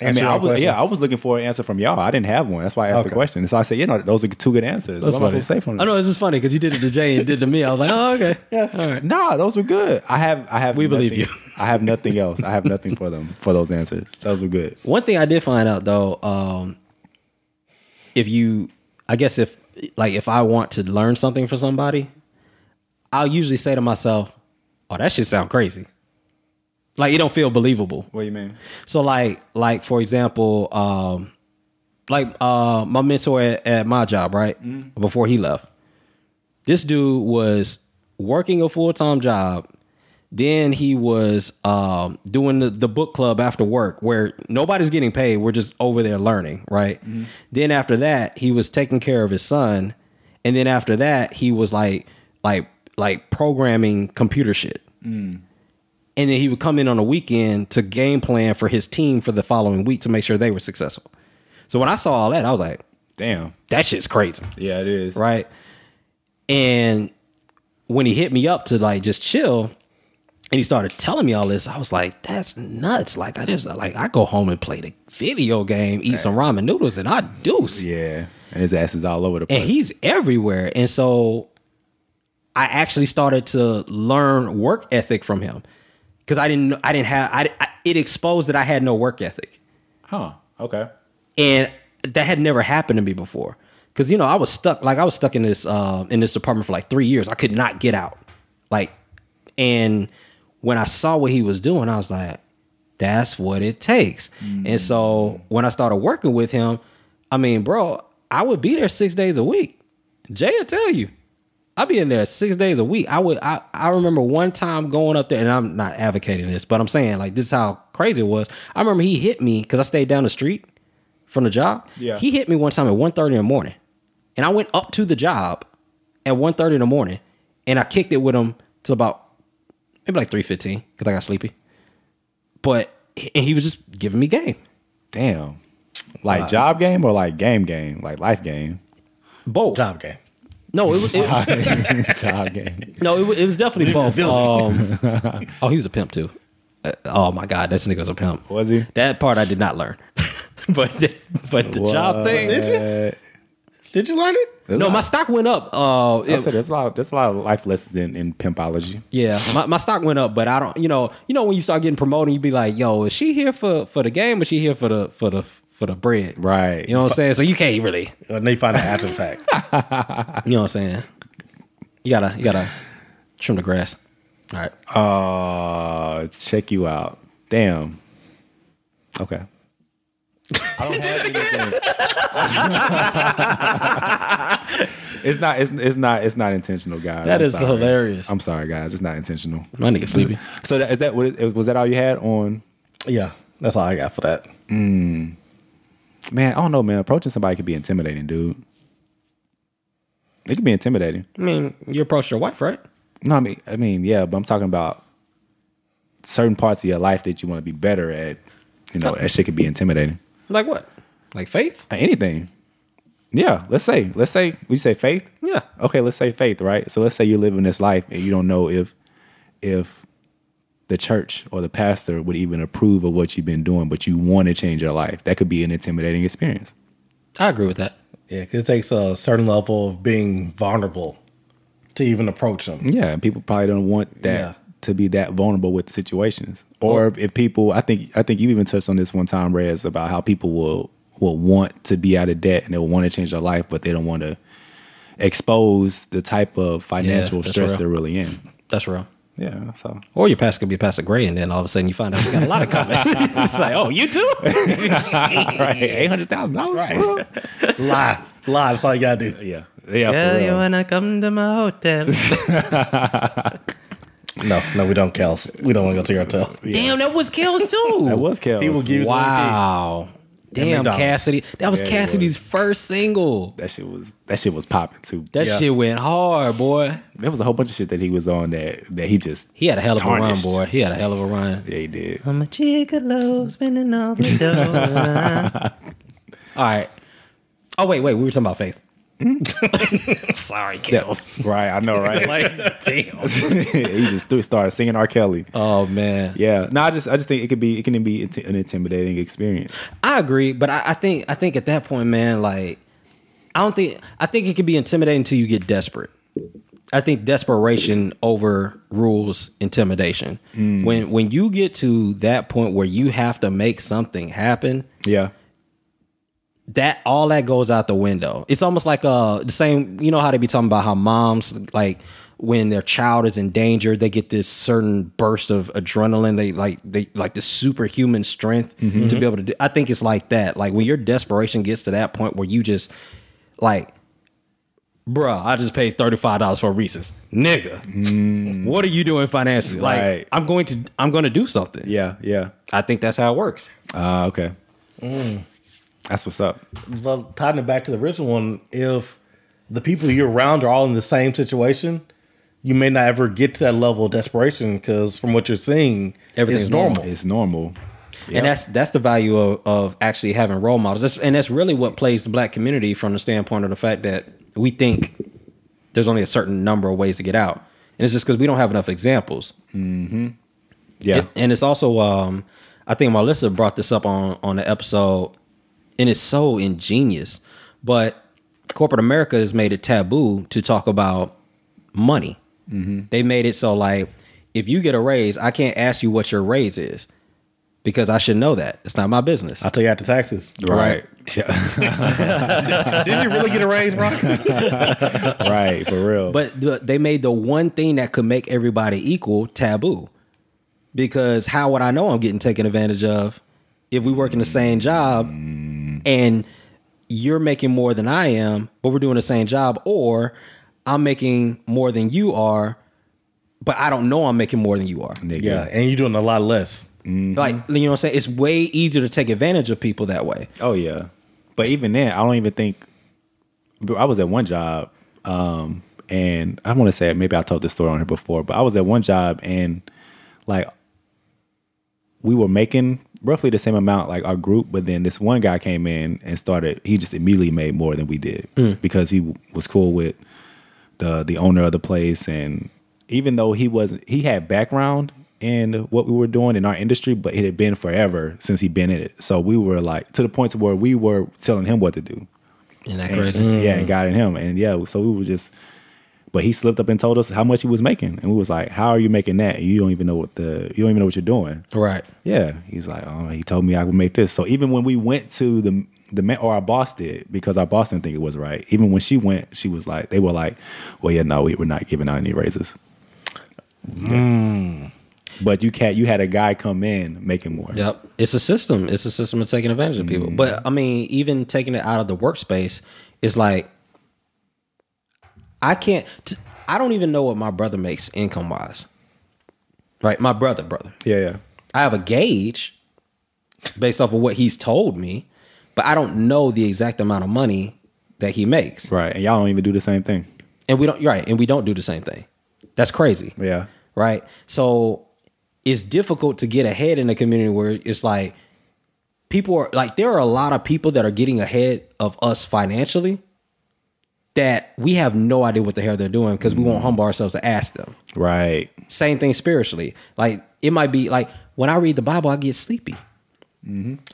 [SPEAKER 4] I
[SPEAKER 2] Answer
[SPEAKER 4] mean,
[SPEAKER 2] your
[SPEAKER 4] I
[SPEAKER 2] own
[SPEAKER 4] was,
[SPEAKER 2] question.
[SPEAKER 4] yeah, I was looking for an answer from y'all. I didn't have one. That's why I asked the
[SPEAKER 2] Okay.
[SPEAKER 4] question. So I said, you know, those are two good answers. That's what am I
[SPEAKER 2] funny.
[SPEAKER 4] supposed to say from
[SPEAKER 1] I
[SPEAKER 4] them?
[SPEAKER 1] know it's just funny because you did it to Jay and did it to me. I was like, oh okay.
[SPEAKER 4] Nah, those were good. I have, I have.
[SPEAKER 1] We believe
[SPEAKER 4] nothing-
[SPEAKER 1] you.
[SPEAKER 4] I have nothing else. I have nothing for them for those answers. Those were good.
[SPEAKER 1] One thing I did find out though, um, if you, I guess if like if I want to learn something from somebody, I'll usually say to myself, "Oh, that shit sound crazy." Like it don't feel believable.
[SPEAKER 4] What do you mean?
[SPEAKER 1] So like like for example, um like uh my mentor at, at my job, right? Before he left. This dude was working a full-time job. Then he was um doing the, the book club after work where nobody's getting paid. We're just over there learning, right? Then after that, he was taking care of his son. And then after that, he was like like like programming computer shit and then he would come in on a weekend to game plan for his team for the following week to make sure they were successful. So when I saw all that, I was like,
[SPEAKER 4] Damn.
[SPEAKER 1] that shit's crazy,
[SPEAKER 4] Yeah, it is.
[SPEAKER 1] right? And when he hit me up to like just chill, and he started telling me all this, I was like, that's nuts. Like I just like I go home and play the video game, eat some ramen noodles, and I deuce
[SPEAKER 4] Yeah, and his ass is all over the place.
[SPEAKER 1] and he's everywhere. And so I actually started to learn work ethic from him because I didn't I didn't have I, I- it exposed that I had no work ethic
[SPEAKER 4] huh? Okay.
[SPEAKER 1] and that had never happened to me before because you know I was stuck like I was stuck in this uh, in this department for like three years I could not get out like and when I saw what he was doing I was like that's what it takes and so when I started working with him I mean bro I would be there six days a week Jay will tell you I'd be in there six days a week I would I, I remember one time going up there and I'm not advocating this but I'm saying like this is how crazy it was I remember he hit me because I stayed down the street from the job.
[SPEAKER 4] Yeah.
[SPEAKER 1] He hit me one time at 1.30 in the morning. And I went up to the job at 1.30 in the morning and I kicked it with him till about maybe like 3.15 because I got sleepy. But and he was just giving me game.
[SPEAKER 4] Damn. Like job game or like game game, like life game. (laughs)
[SPEAKER 1] Both.
[SPEAKER 2] Job game.
[SPEAKER 1] No, it was it,
[SPEAKER 4] job game.
[SPEAKER 1] no, it was, it was definitely both. Um, (laughs) oh, he was a pimp too. Uh, oh my god, that nigga was a pimp.
[SPEAKER 4] Was he?
[SPEAKER 1] That part I did not learn. (laughs) but but the job thing.
[SPEAKER 2] Did you? Did you learn it?
[SPEAKER 1] No, my stock went up. Uh,
[SPEAKER 4] I
[SPEAKER 1] it-
[SPEAKER 4] said there's a lot. There's a lot of life lessons in, in pimpology.
[SPEAKER 1] Yeah, my, my stock went up, but I don't. You know, you know when you start getting promoted, you be like, "Yo, is she here for for the game? Or is she here for the for the for the bread?"
[SPEAKER 4] Right.
[SPEAKER 1] You know what I'm saying? So you can't really.
[SPEAKER 2] And they find out after the fact.
[SPEAKER 1] You know what I'm saying? You gotta you gotta trim the grass. All right.
[SPEAKER 4] Uh, check you out. Damn. Okay. I don't have anything. (laughs) it's not. It's, it's not. It's not intentional, guys.
[SPEAKER 1] That
[SPEAKER 4] That is
[SPEAKER 1] is hilarious.
[SPEAKER 4] I'm sorry, guys. It's not intentional.
[SPEAKER 1] My nigga sleepy.
[SPEAKER 4] So that, is that was, was that all you had on?
[SPEAKER 2] yeah, that's all I got for that.
[SPEAKER 4] Man, I don't know, man. Approaching somebody could be intimidating, dude. It could be intimidating.
[SPEAKER 1] I mean, you approached your wife, right?
[SPEAKER 4] No, I mean, I mean, yeah, but I'm talking about certain parts of your life that you want to be better at. You know, that shit could be intimidating.
[SPEAKER 1] Like what? Like faith?
[SPEAKER 4] Uh, Anything. Yeah, let's say, let's say, we say faith.
[SPEAKER 1] Yeah.
[SPEAKER 4] Okay, let's say faith, right? So let's say you're living this life and you don't know if, if the church or the pastor would even approve of what you've been doing, but you want to change your life. That could be an intimidating experience.
[SPEAKER 1] I agree with that.
[SPEAKER 2] Yeah, 'cause it takes a certain level of being vulnerable to even approach them.
[SPEAKER 4] Yeah, and people probably don't want that
[SPEAKER 2] Yeah.
[SPEAKER 4] to be that vulnerable with the situations. Or if people, I think, I think you even touched on this one time, Rez, about how people will will want to be out of debt and they'll want to change their life, but they don't want to expose the type of financial
[SPEAKER 1] that's
[SPEAKER 4] stress
[SPEAKER 1] real.
[SPEAKER 4] they're really in.
[SPEAKER 1] That's real.
[SPEAKER 4] Yeah, so
[SPEAKER 1] Or your pastor could be a pastor gray, and then all of a sudden you find out you got a (laughs) lot of comments. it's like, oh, you too?
[SPEAKER 4] (laughs) right, eight hundred thousand dollars.
[SPEAKER 2] Right. lie, lie. That's all you gotta do.
[SPEAKER 4] Yeah, yeah. for real.
[SPEAKER 1] wanna come to my hotel?
[SPEAKER 2] No, no, we don't, Kels. We don't want to go to your hotel.
[SPEAKER 1] Damn, that was
[SPEAKER 4] (laughs)
[SPEAKER 1] Kells too.
[SPEAKER 4] That was Kels.
[SPEAKER 2] He will give you
[SPEAKER 1] Wow. Damn,
[SPEAKER 2] McDonald's.
[SPEAKER 1] Cassidy. That was
[SPEAKER 4] Yeah, it
[SPEAKER 1] Cassidy's first single.
[SPEAKER 4] that shit was that shit was popping too.
[SPEAKER 1] That
[SPEAKER 2] Yeah.
[SPEAKER 1] shit went hard, boy.
[SPEAKER 4] There was a whole bunch of shit that he was on that that he just
[SPEAKER 1] He had a hell of
[SPEAKER 4] Tarnished.
[SPEAKER 1] a run, boy. He had a hell of a run.
[SPEAKER 4] yeah he did.
[SPEAKER 1] I'm (laughs) a gigolo spinning off (laughs) the dough. All right. Oh, wait, wait. We were talking about faith. Sorry, Kells.
[SPEAKER 4] Right, I know, (laughs) right?
[SPEAKER 1] Like, damn.
[SPEAKER 4] he just threw, started singing R. Kelly.
[SPEAKER 1] Oh, man.
[SPEAKER 4] Yeah, no, I just I just think it could be it can be inti- an intimidating experience.
[SPEAKER 1] I agree, but I, I think I think at that point, man, like I don't think I think it can be intimidating until you get desperate. I think desperation overrules intimidation. When when you get to that point where you have to make something happen,
[SPEAKER 4] Yeah,
[SPEAKER 1] that all that goes out the window. It's almost like uh the same. You know how they be talking about how moms like when their child is in danger, they get this certain burst of adrenaline. They like they like this superhuman strength to be able to do. I think it's like that. Like when your desperation gets to that point where you just like. Bruh, I just paid thirty five dollars for Reese's, nigga. What are you doing financially? Like,
[SPEAKER 4] Right.
[SPEAKER 1] I'm going to, I'm going to do something.
[SPEAKER 4] yeah, yeah.
[SPEAKER 1] I think that's how it works.
[SPEAKER 4] Uh, okay, that's what's up.
[SPEAKER 2] But tying it back to the original one, if the people you're around are all in the same situation, you may not ever get to that level of desperation because from what you're seeing,
[SPEAKER 1] Everything's
[SPEAKER 2] it's normal.
[SPEAKER 4] It's normal.
[SPEAKER 1] And that's that's the value of, of actually having role models. That's, and that's really what plays the black community from the standpoint of the fact that we think there's only a certain number of ways to get out. And it's just because we don't have enough examples.
[SPEAKER 4] Yeah,
[SPEAKER 1] And- and it's also, um, I think Melissa brought this up on, on the episode, and it's so ingenious. But corporate America has made it taboo to talk about money. They made it so, like, if you get a raise, I can't ask you what your raise is because I should know that. It's not my business.
[SPEAKER 2] I'll tell you after taxes.
[SPEAKER 4] right, (laughs) yeah,
[SPEAKER 2] Did you really get a raise, Brock?
[SPEAKER 4] right, for real.
[SPEAKER 1] But the, they made the one thing that could make everybody equal taboo. Because how would I know I'm getting taken advantage of if we work in the same job and you're making more than I am, but we're doing the same job, or I'm making more than you are, but I don't know I'm making more than you are.
[SPEAKER 4] nigga.
[SPEAKER 2] yeah, and you're doing a lot less.
[SPEAKER 1] Like, you know what I'm saying? It's way easier to take advantage of people that way.
[SPEAKER 4] Oh yeah, but even then, I don't even think. bro, I was at one job, um, and I want to say maybe I told this story on here before, but I was at one job and like we were making roughly the same amount, like our group, but then this one guy came in and started. He just immediately made more than we did because he w- was cool with the the owner of the place and even though he wasn't he had background in what we were doing in our industry but it had been forever since he'd been in it so we were like to the point to where we were telling him what to do
[SPEAKER 1] Isn't that
[SPEAKER 4] and,
[SPEAKER 1] crazy?
[SPEAKER 4] yeah and guiding him and yeah so we were just but he slipped up and told us how much he was making and we was like how are you making that you don't even know what the you don't even know what you're doing
[SPEAKER 1] Right.
[SPEAKER 4] yeah, he's like, oh, he told me I would make this. So even when we went to the the ma- or our boss did because our boss didn't think it was right. Even when she went, she was like, they were like, well, yeah, no, we, we're not giving out any raises. But you can't. You had a guy come in making more.
[SPEAKER 1] Yep. It's a system. It's a system of taking advantage of people. But I mean, even taking it out of the workspace is like I can't t- I don't even know what my brother makes income wise. Right? My brother, brother.
[SPEAKER 4] Yeah, yeah.
[SPEAKER 1] I have a gauge based off of what he's told me, but I don't know the exact amount of money that he makes.
[SPEAKER 4] Right, and y'all don't even do the same thing.
[SPEAKER 1] And we don't you're right, and we don't do the same thing. That's crazy
[SPEAKER 4] Yeah,
[SPEAKER 1] right? So it's difficult to get ahead in a community where it's like people are like there are a lot of people that are getting ahead of us financially, that we have no idea what the hell they're doing because we won't humble ourselves to ask them.
[SPEAKER 4] Right.
[SPEAKER 1] Same thing spiritually. Like it might be like when I read the Bible, I get sleepy.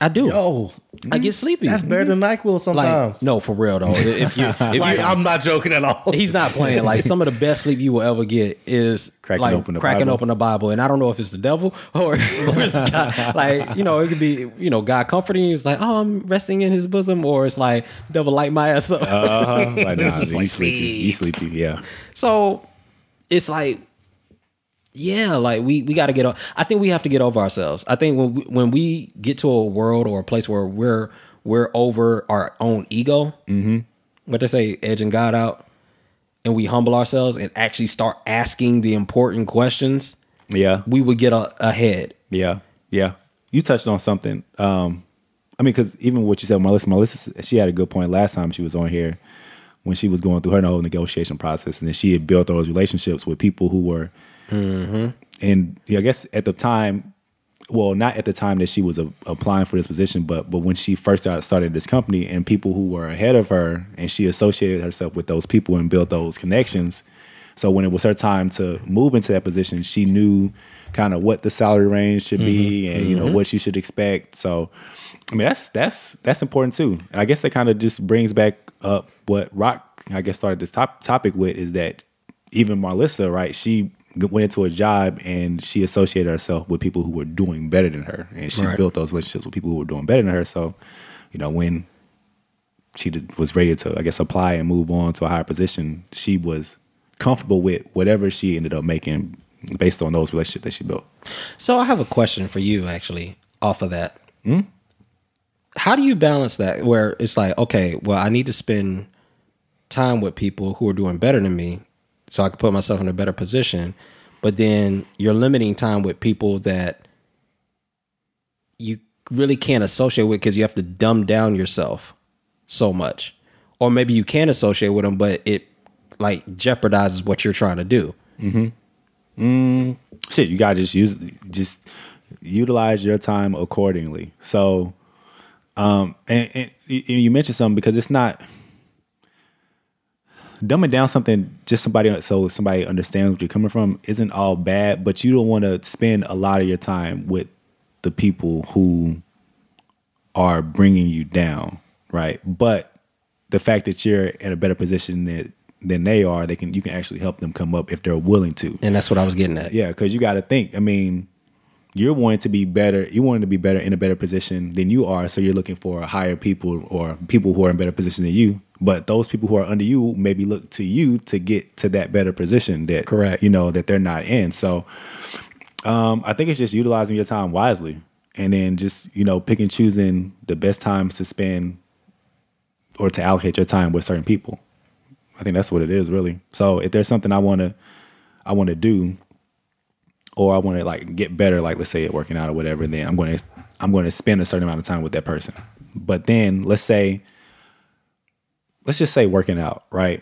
[SPEAKER 1] I do.
[SPEAKER 2] Oh,
[SPEAKER 1] I get sleepy.
[SPEAKER 2] that's better than NyQuil sometimes.
[SPEAKER 1] Like no, for real though. If you,
[SPEAKER 2] (laughs)
[SPEAKER 1] if you,
[SPEAKER 2] Like, I'm not joking
[SPEAKER 1] (laughs)
[SPEAKER 2] at all.
[SPEAKER 1] he's not playing. Like some of the best sleep you will ever get is
[SPEAKER 4] Cracking
[SPEAKER 1] like,
[SPEAKER 4] open the
[SPEAKER 1] cracking
[SPEAKER 4] Bible.
[SPEAKER 1] open the Bible, and I don't know if it's the devil (laughs) or, or it's God. Like you know, it could be you know God comforting you. It's like oh, I'm resting in His bosom, or it's like devil light my ass up.
[SPEAKER 4] Uh-huh. Like, nah, you sleepy. You sleepy. Yeah.
[SPEAKER 1] So it's like, yeah, like we we got to get. o- I think we have to get over ourselves. I think when we, when we get to a world or a place where we're we're over our own ego, what they say, edging God out, and we humble ourselves and actually start asking the important questions,
[SPEAKER 4] Yeah.
[SPEAKER 1] we would get a, ahead.
[SPEAKER 4] Yeah, yeah. You touched on something. Um, I mean, because even what you said, Melissa, Melissa, she had a good point last time she was on here when she was going through her whole negotiation process, and then she had built those relationships with people who were, and yeah, I guess at the time, well, not at the time that she was a, applying for this position, but but when she first started, started this company, and people who were ahead of her, and she associated herself with those people and built those connections. So when it was her time to move into that position, she knew kind of what the salary range should be and you know what you should expect. So I mean that's that's that's important too. And I guess that kind of just brings back up what Rock I guess started this top topic with is that even Marlissa, right? She g- went into a job and she associated herself with people who were doing better than her, and she
[SPEAKER 1] Right.
[SPEAKER 4] built those relationships with people who were doing better than her. So, you know, when she did, was ready to, I guess, apply and move on to a higher position, she was comfortable with whatever she ended up making based on those relationships that she built.
[SPEAKER 1] So I have a question for you, actually, off of that. How do you balance that? Where it's like, okay, well, I need to spend time with people who are doing better than me, so I can put myself in a better position. But then you're limiting time with people that you really can't associate with because you have to dumb down yourself so much, or maybe you can associate with them, but it like jeopardizes what you're trying to do.
[SPEAKER 4] shit, you gotta just use just utilize your time accordingly. So, um, and, and you you mentioned something because it's not dumbing down something just somebody so somebody understands what you're coming from isn't all bad, but you don't want to spend a lot of your time with the people who are bringing you down, right? But the fact that you're in a better position than than they are, they can you can actually help them come up if they're willing to.
[SPEAKER 1] And that's what I was getting at.
[SPEAKER 4] Yeah, because you got to think. I mean, you're wanting to be better. You wanting to be better in a better position than you are. So you're looking for higher people or people who are in better position than you. But those people who are under you maybe look to you to get to that better position that
[SPEAKER 1] Correct.
[SPEAKER 4] You know that they're not in. So um, I think it's just utilizing your time wisely, and then just you know pick and choosing the best times to spend or to allocate your time with certain people. I think that's what it is really. So if there's something I want to I want to do or I want to like get better like let's say at working out or whatever then I'm going to I'm going to spend a certain amount of time with that person. But then let's say let's just say working out, right?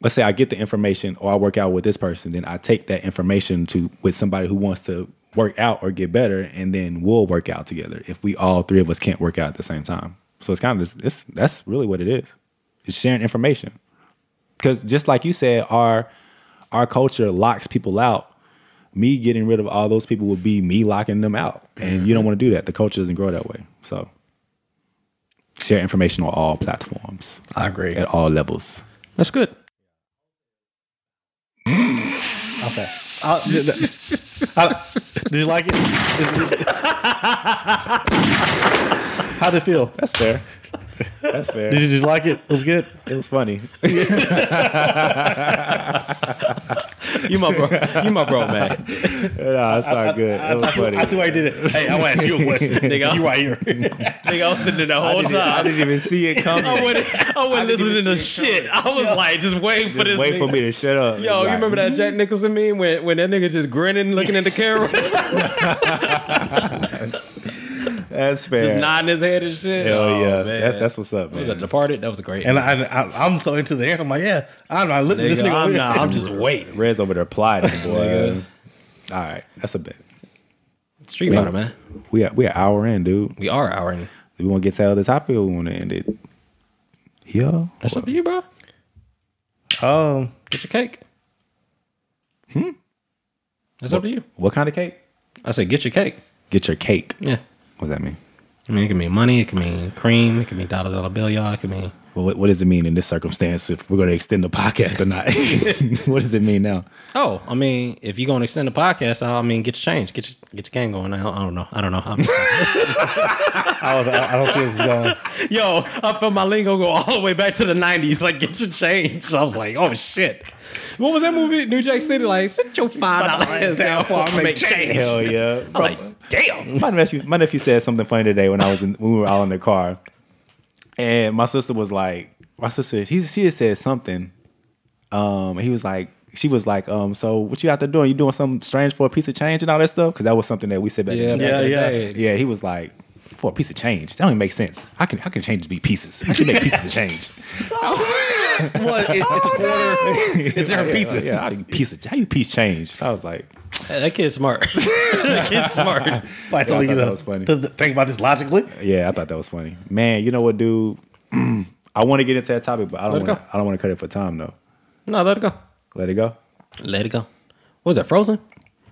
[SPEAKER 4] Let's say I get the information or I work out with this person, then I take that information to with somebody who wants to work out or get better and then we'll work out together if we all three of us can't work out at the same time. So it's kind of this it's, that's really what it is. It's sharing information because just like you said, our our culture locks people out. Me getting rid of all those people would be me locking them out, and
[SPEAKER 1] Mm-hmm.
[SPEAKER 4] you don't want to do that. The culture doesn't grow that way. So, share information on all platforms
[SPEAKER 2] I agree.
[SPEAKER 4] at all levels.
[SPEAKER 1] That's good.
[SPEAKER 2] I- I- did you like it? How would it feel?
[SPEAKER 4] That's fair. That's fair.
[SPEAKER 2] Did you, did you like it? It was good.
[SPEAKER 4] It was
[SPEAKER 1] (laughs)
[SPEAKER 4] funny.
[SPEAKER 1] You my (laughs) bro. You my bro, man.
[SPEAKER 4] nah, it's not good. It was funny.
[SPEAKER 2] I see why you did it. Hey, I want to ask you (laughs) a question. Nigga, you right here.
[SPEAKER 1] Nigga, I was sitting there the whole
[SPEAKER 4] I
[SPEAKER 1] time.
[SPEAKER 4] didn't even
[SPEAKER 1] (laughs)
[SPEAKER 4] see it
[SPEAKER 1] I
[SPEAKER 4] coming.
[SPEAKER 1] wasn't, I wasn't listening to shit. I was like, just waiting for this.
[SPEAKER 4] Wait for
[SPEAKER 1] nigga.
[SPEAKER 4] me to shut up.
[SPEAKER 1] Yo, you
[SPEAKER 4] Like, mm.
[SPEAKER 1] remember that Jack Nicholson meme when, when that nigga just grinning, looking at the camera, just
[SPEAKER 4] (laughs) That's fair.
[SPEAKER 1] nodding his head and shit.
[SPEAKER 4] Hell yeah.
[SPEAKER 1] Oh, man.
[SPEAKER 4] that's that's what's up.
[SPEAKER 1] was
[SPEAKER 4] man.
[SPEAKER 1] that Departed? That was a great.
[SPEAKER 2] And I, I, I'm so into the answer. I'm like, yeah, I'm not looking at this
[SPEAKER 1] nigga,
[SPEAKER 2] nigga.
[SPEAKER 1] I'm not. I'm just (laughs) waiting.
[SPEAKER 4] Red's over there plotting,
[SPEAKER 1] (laughs)
[SPEAKER 4] boy. all right, that's a bit.
[SPEAKER 1] Street Fighter, man.
[SPEAKER 4] We are, we an hour in, dude.
[SPEAKER 1] We are hour in.
[SPEAKER 4] We want to get to the other topic. Or we want to end it Yeah.
[SPEAKER 1] That's up to you, bro.
[SPEAKER 2] (laughs) Um,
[SPEAKER 1] Get your cake. Hmm. That's up to you.
[SPEAKER 4] What kind of cake?
[SPEAKER 1] Hmm? I said, get your cake.
[SPEAKER 4] Get your cake.
[SPEAKER 1] Yeah.
[SPEAKER 4] What does that mean?
[SPEAKER 1] I mean, it can mean money. It can mean cream. It can mean dollar dollar bill, y'all. It can mean
[SPEAKER 4] Well, what, what does it mean in this circumstance if we're going to extend the podcast or not? (laughs) what does it mean now?
[SPEAKER 1] Oh, I mean, if you're gonna extend the podcast, I mean, get your change, get your get your game going. I don't, I don't know, I don't know. I'm,
[SPEAKER 2] I was. I, I don't see this going.
[SPEAKER 1] yo, (laughs) I felt my lingo go all the way back to the '90s. Like, get your change. I was like, oh
[SPEAKER 4] (laughs)
[SPEAKER 1] shit. What was that movie? New Jack City. Like, sit your five dollar ass down before I make change.
[SPEAKER 4] Hell yeah.
[SPEAKER 1] I'm like, damn.
[SPEAKER 4] my nephew, my nephew said something funny today when I was in, when we were all in the car, and my sister was like, my sister, he she had said something. Um, he was like, she was like, um, so what you out there doing? You doing something strange for a piece of change and all that stuff? Because that was something that we said back. then.
[SPEAKER 2] back in the day.
[SPEAKER 4] yeah. He was like. For a piece of change, that don't even make sense. How can how can changes be pieces? How
[SPEAKER 1] (laughs)
[SPEAKER 4] can you make pieces of change?
[SPEAKER 1] What? It's, a quarter.
[SPEAKER 4] (laughs)
[SPEAKER 1] It's different pizzas.
[SPEAKER 4] Yeah, how do you piece of, how you piece change? I was like,
[SPEAKER 1] That kid's smart. (laughs) that kid's smart.
[SPEAKER 2] I told
[SPEAKER 4] I
[SPEAKER 2] you
[SPEAKER 4] thought that
[SPEAKER 2] to-
[SPEAKER 4] was funny.
[SPEAKER 2] to think about this logically.
[SPEAKER 4] Yeah, I thought that was funny. Man, you know what, dude? (clears throat) I want to get into that topic, but I
[SPEAKER 1] Let
[SPEAKER 4] don't
[SPEAKER 1] it
[SPEAKER 4] want
[SPEAKER 1] go.
[SPEAKER 4] to. I don't want to cut it for time though.
[SPEAKER 1] No, let it go.
[SPEAKER 4] Let it go.
[SPEAKER 1] Let it go. What was that? Frozen.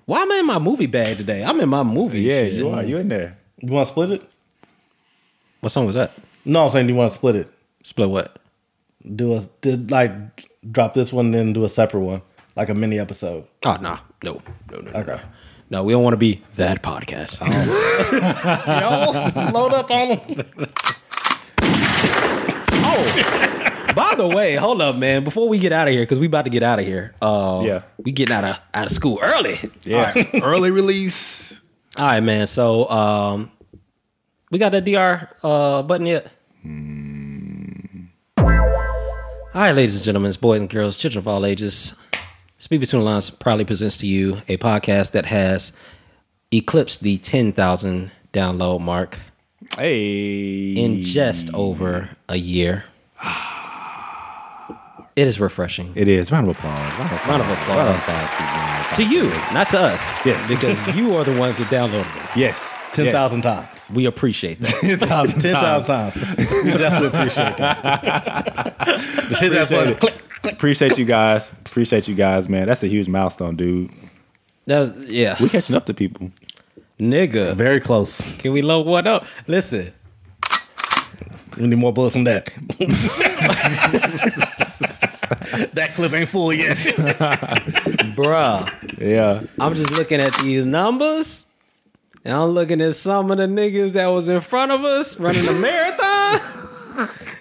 [SPEAKER 1] Why am I in my movie bag today? I'm in my movie.
[SPEAKER 4] Yeah,
[SPEAKER 1] shit.
[SPEAKER 4] you are. You in there?
[SPEAKER 2] You want to split it?
[SPEAKER 1] What song was that?
[SPEAKER 2] No, I'm saying you want to split it.
[SPEAKER 1] Split what?
[SPEAKER 2] Do a did, like drop this one, then do a separate one, like a mini episode.
[SPEAKER 1] Oh nah, no, no, no, no,
[SPEAKER 2] Okay.
[SPEAKER 1] no. No, we don't want to be that podcast.
[SPEAKER 4] Oh.
[SPEAKER 2] Yo, load up
[SPEAKER 1] (laughs)
[SPEAKER 2] on them.
[SPEAKER 1] oh, by the way, hold up, man. Before we get out of here, because we about to get out of here. Uh,
[SPEAKER 4] Yeah.
[SPEAKER 1] we getting out of out of school early.
[SPEAKER 4] Yeah. Early release.
[SPEAKER 1] All right, man. So, um, we got that DR uh, button yet? All right, ladies and gentlemen, boys and girls, children of all ages. Speak Between the Lines proudly presents to you a podcast that has eclipsed the ten thousand download mark.
[SPEAKER 4] (laughs) Hey.
[SPEAKER 1] in just over a year. It is refreshing.
[SPEAKER 4] It is round of applause. Round of applause.
[SPEAKER 1] Round of
[SPEAKER 4] Round of
[SPEAKER 1] applause.
[SPEAKER 4] applause for Jermaine.
[SPEAKER 1] To you, not to us.
[SPEAKER 4] Yes.
[SPEAKER 1] Because you are the ones that downloaded it.
[SPEAKER 4] Yes.
[SPEAKER 2] Ten thousand times.
[SPEAKER 1] We appreciate that.
[SPEAKER 4] Ten thousand.
[SPEAKER 2] (laughs) Ten thousand times. We definitely appreciate that. (laughs) Just hit that button. Click.
[SPEAKER 4] Appreciate you guys. Appreciate you guys, man. That's a huge milestone, dude.
[SPEAKER 1] That was- yeah.
[SPEAKER 4] We catching up to people. (laughs)
[SPEAKER 1] Nigga.
[SPEAKER 2] Very close.
[SPEAKER 1] Can we load one up? Listen.
[SPEAKER 2] We need more bullets than (laughs) that. that clip ain't full (laughs) yet.
[SPEAKER 1] Bruh.
[SPEAKER 4] Yeah.
[SPEAKER 1] I'm just looking at these numbers. And I'm looking at some of the niggas that was in front of us running
[SPEAKER 4] (laughs)
[SPEAKER 1] the marathon.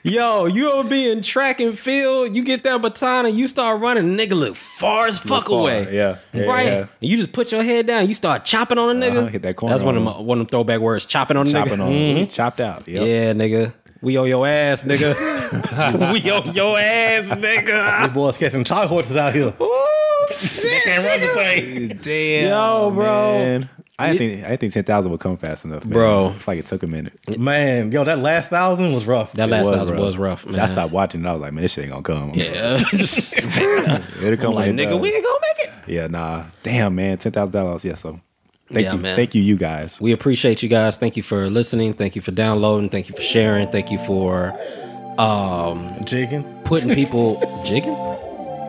[SPEAKER 1] Yo, you'll be in track and field. You get that baton and you start running. Nigga look far as fuck
[SPEAKER 4] far,
[SPEAKER 1] away.
[SPEAKER 4] yeah, yeah,
[SPEAKER 1] right?
[SPEAKER 4] yeah.
[SPEAKER 1] And you just put your head down. You start chopping on a nigga.
[SPEAKER 4] Uh-huh, hit that corner
[SPEAKER 1] That's one of,
[SPEAKER 4] on
[SPEAKER 1] my, one of them throwback words. Chopping on a
[SPEAKER 4] Chopping
[SPEAKER 1] nigga.
[SPEAKER 4] on. We Chopped out.
[SPEAKER 1] (laughs)
[SPEAKER 4] Yep.
[SPEAKER 1] Yeah, nigga. We on your ass, nigga. (laughs)
[SPEAKER 4] (laughs)
[SPEAKER 1] we on your ass, nigga.
[SPEAKER 2] Boys catching toy horses out here.
[SPEAKER 1] Ooh, shit,
[SPEAKER 2] (laughs) Can't run the
[SPEAKER 1] nigga.
[SPEAKER 2] same.
[SPEAKER 4] Damn.
[SPEAKER 1] Yo, Oh, bro.
[SPEAKER 4] man. I
[SPEAKER 1] You-
[SPEAKER 4] didn't think I didn't think ten thousand would come fast enough, man.
[SPEAKER 1] Bro.
[SPEAKER 4] It's Like it took a minute.
[SPEAKER 2] Man, yo, that last thousand was rough.
[SPEAKER 1] That last
[SPEAKER 4] It
[SPEAKER 1] thousand was rough, man.
[SPEAKER 4] I stopped watching. and I was like, man, this shit ain't gonna come.
[SPEAKER 1] Yeah. (laughs)
[SPEAKER 4] (laughs) it'll come.
[SPEAKER 1] like, uh,
[SPEAKER 4] when it
[SPEAKER 1] nigga,
[SPEAKER 4] does.
[SPEAKER 1] we ain't gonna make it.
[SPEAKER 4] Yeah, nah. Damn, man, ten thousand dollars. Yeah, so thank
[SPEAKER 1] Yeah,
[SPEAKER 4] you,
[SPEAKER 1] man.
[SPEAKER 4] thank you, you guys.
[SPEAKER 1] We appreciate you guys. Thank you for listening. Thank you for downloading. Thank you for sharing. Thank you for
[SPEAKER 2] Chicken.
[SPEAKER 1] putting people (laughs) jigging.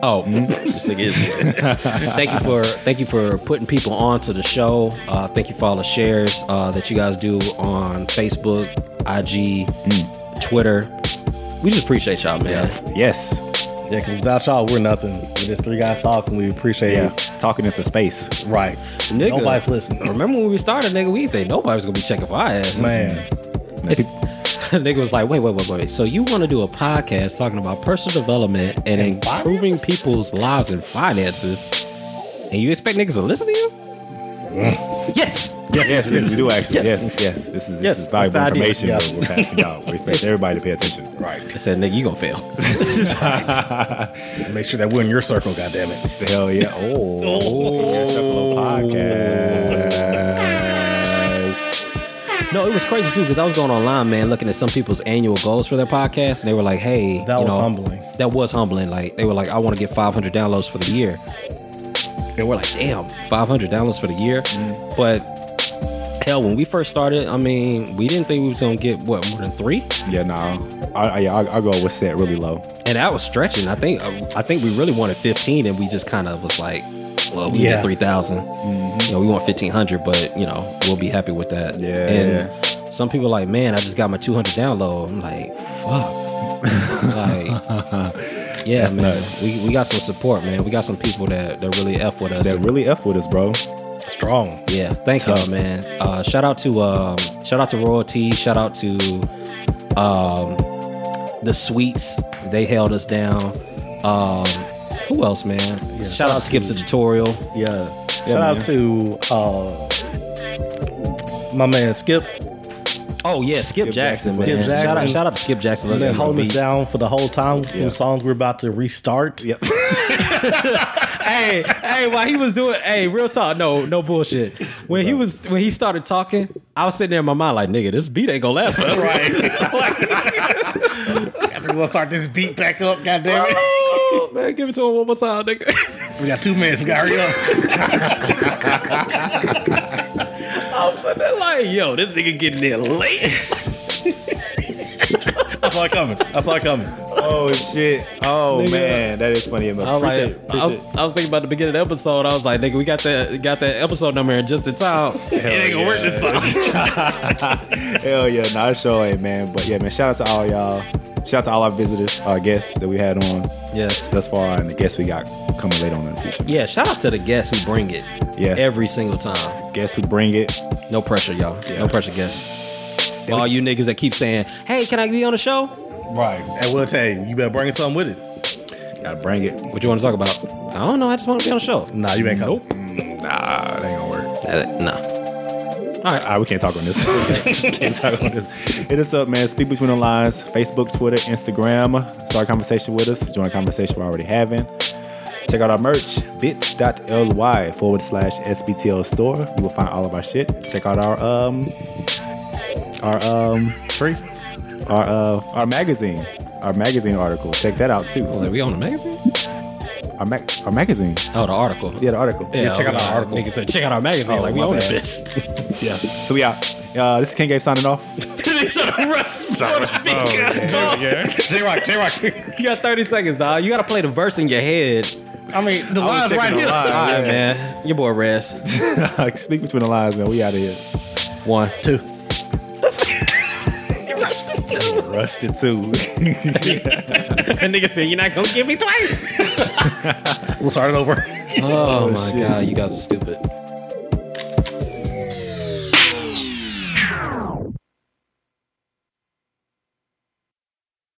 [SPEAKER 1] Oh, (laughs) this nigga is. thank you for thank you for putting people onto the show. Uh, thank you for all the shares uh, that you guys do on Facebook, IG, Twitter. We just appreciate y'all, man.
[SPEAKER 4] Yes,
[SPEAKER 2] Yeah, because without y'all, we're nothing. We're just three guys talking. We appreciate
[SPEAKER 4] yeah.
[SPEAKER 2] it.
[SPEAKER 4] Talking into space.
[SPEAKER 2] Right.
[SPEAKER 1] Nigga,
[SPEAKER 2] Nobody's listening.
[SPEAKER 1] Remember when we started, nigga? We didn't think nobody was gonna be checking for our asses. (laughs)
[SPEAKER 2] Man.
[SPEAKER 1] It's- nigga was like, wait, wait, wait, wait. So you want to do a podcast talking about personal development and,
[SPEAKER 2] And finance?
[SPEAKER 1] improving people's lives and finances, and you expect niggas to listen to you? yes.
[SPEAKER 4] Yes, yes, yes, we do actually.
[SPEAKER 1] Yes.
[SPEAKER 4] Yes, yes, this is,
[SPEAKER 1] Yes,
[SPEAKER 4] this
[SPEAKER 1] that's
[SPEAKER 4] is
[SPEAKER 1] the
[SPEAKER 4] valuable
[SPEAKER 1] idea.
[SPEAKER 4] information
[SPEAKER 2] Yeah.
[SPEAKER 4] that we're passing out. We expect everybody to pay attention. Right.
[SPEAKER 1] I said, nigga, you gonna fail.
[SPEAKER 2] Make sure that we're in your circle, goddammit.
[SPEAKER 4] Hell yeah! Oh, oh. podcast.
[SPEAKER 1] no, it was crazy too because I was going online, man, looking at some people's annual goals for their podcast, and they were like, hey,
[SPEAKER 2] That
[SPEAKER 1] you
[SPEAKER 2] was
[SPEAKER 1] know,
[SPEAKER 2] humbling.
[SPEAKER 1] That was humbling. Like they were like, I want to get 500 downloads for the year, and we're like, damn, 500 downloads for the year,
[SPEAKER 2] Mm.
[SPEAKER 1] but. Hell, when we first started, I mean, we didn't think we was gonna get what more than three.
[SPEAKER 4] Yeah, no. I, I, yeah, our, our goal was set really low.
[SPEAKER 1] and that was stretching. I think um, I think we really wanted 15, and we just kind of was like, well, we
[SPEAKER 2] Yeah.
[SPEAKER 1] want 3,000. You know, we want 1,500, but you know, we'll be happy with that.
[SPEAKER 4] Mm-hmm. Yeah,
[SPEAKER 1] And
[SPEAKER 4] yeah.
[SPEAKER 1] some people are like, man, I just got my 200 down low. I'm like, fuck. like,
[SPEAKER 4] (laughs)
[SPEAKER 1] yeah, man.
[SPEAKER 4] nuts.
[SPEAKER 1] We, we got some support, man. We got some people that that really f with us.
[SPEAKER 4] That
[SPEAKER 1] and-
[SPEAKER 4] really f with us, bro.
[SPEAKER 2] Strong.
[SPEAKER 1] yeah, thank
[SPEAKER 4] Tough.
[SPEAKER 1] y'all, man. Uh, shout out to um, shout out to royalty. Shout out to um, the Sweets. They held us down. Um, who else, man? shout out Skip the tutorial.
[SPEAKER 2] Yeah. Shout out to uh, my man Skip.
[SPEAKER 1] Oh yeah, Skip, Jackson,
[SPEAKER 4] Jackson,
[SPEAKER 1] man.
[SPEAKER 2] Skip
[SPEAKER 1] Shout out,
[SPEAKER 2] Jackson.
[SPEAKER 1] shout out to Skip Jackson.
[SPEAKER 2] Been
[SPEAKER 1] Legends of the
[SPEAKER 2] holding us
[SPEAKER 1] Beat.
[SPEAKER 2] down for the whole time.
[SPEAKER 4] Yeah.
[SPEAKER 2] Whose songs we're about to restart.
[SPEAKER 4] Yep.
[SPEAKER 1] hey, hey, while he was doing, hey, real talk, no, no bullshit. When he was, when he started talking, I was sitting there in my mind like, nigga, this beat ain't gonna last forever.
[SPEAKER 2] (laughs) After we'll start this beat back up. God damn it.
[SPEAKER 1] oh, (laughs) man, give it to him one more time, nigga.
[SPEAKER 2] We got two minutes. We got to hurry up.
[SPEAKER 1] I was sitting there like, yo, this nigga getting there late.
[SPEAKER 2] I saw it coming. I saw it coming.
[SPEAKER 4] oh shit. Oh
[SPEAKER 1] Nigga.
[SPEAKER 4] man, that is funny enough.
[SPEAKER 1] I was
[SPEAKER 4] Appreciate
[SPEAKER 1] like,
[SPEAKER 4] it.
[SPEAKER 1] I,
[SPEAKER 4] Appreciate
[SPEAKER 1] was, I was thinking about the beginning of the episode. I was like, nigga, we got that got that episode number in just in time. it ain't gonna work this time.
[SPEAKER 4] it. Hell yeah, not show it, man. But yeah, man, shout out to all y'all. Shout out to all our visitors, our guests that we had on
[SPEAKER 1] yes.
[SPEAKER 4] thus far, and the guests we got coming later on in the future.
[SPEAKER 1] Yeah, shout out to the guests who bring it.
[SPEAKER 4] Yeah.
[SPEAKER 1] Every single time.
[SPEAKER 4] Guests who bring it.
[SPEAKER 1] No pressure, y'all.
[SPEAKER 4] Yeah.
[SPEAKER 1] No pressure, guests. All you niggas that keep saying, hey, can I be on the show?
[SPEAKER 2] Right. And we'll tell you, you better bring something with it.
[SPEAKER 4] Gotta bring it.
[SPEAKER 1] What you want to talk about? I don't know. I just want to be on the show.
[SPEAKER 2] Nah, you ain't coming.
[SPEAKER 4] Mm, Nah, that ain't gonna work.
[SPEAKER 1] That- Nah. All right.
[SPEAKER 4] Ah, we can't talk on this. (laughs) can't talk on this. Hit us up, man. Speak between the lines. Facebook, Twitter, Instagram. Start a conversation with us. Join a conversation we're already having. Check out our merch, bit.ly forward slash SBTL store. You will find all of our shit. Check out our um our um
[SPEAKER 2] Free.
[SPEAKER 4] our uh our magazine. Our magazine article. Check that out too.
[SPEAKER 1] Well, are we on the magazine?
[SPEAKER 4] Our mag our magazine.
[SPEAKER 1] Oh, the article.
[SPEAKER 4] Yeah, the article.
[SPEAKER 2] check out our article.
[SPEAKER 1] Nigga said, check out our magazine.
[SPEAKER 4] Oh,
[SPEAKER 1] like, we
[SPEAKER 4] my
[SPEAKER 1] own
[SPEAKER 4] bad.
[SPEAKER 1] this bitch.
[SPEAKER 4] yeah. So we out. Uh, this is King Gabe signing off.
[SPEAKER 2] J Rock, J Rock.
[SPEAKER 1] You got 30 seconds, dog. You got to play the verse in your head.
[SPEAKER 2] I mean, the
[SPEAKER 4] was
[SPEAKER 2] line's right
[SPEAKER 4] checking the
[SPEAKER 2] here.
[SPEAKER 4] line.
[SPEAKER 1] All right,
[SPEAKER 4] Yeah.
[SPEAKER 1] man. Your boy Rez.
[SPEAKER 4] (laughs) Speak between the lines, man. We out of here.
[SPEAKER 1] One.
[SPEAKER 2] Two.
[SPEAKER 4] Rushed it too. (laughs)
[SPEAKER 1] That nigga said, you're not going to give me twice.
[SPEAKER 2] We'll start it over.
[SPEAKER 1] Oh, my
[SPEAKER 4] shit.
[SPEAKER 1] God. You guys are stupid.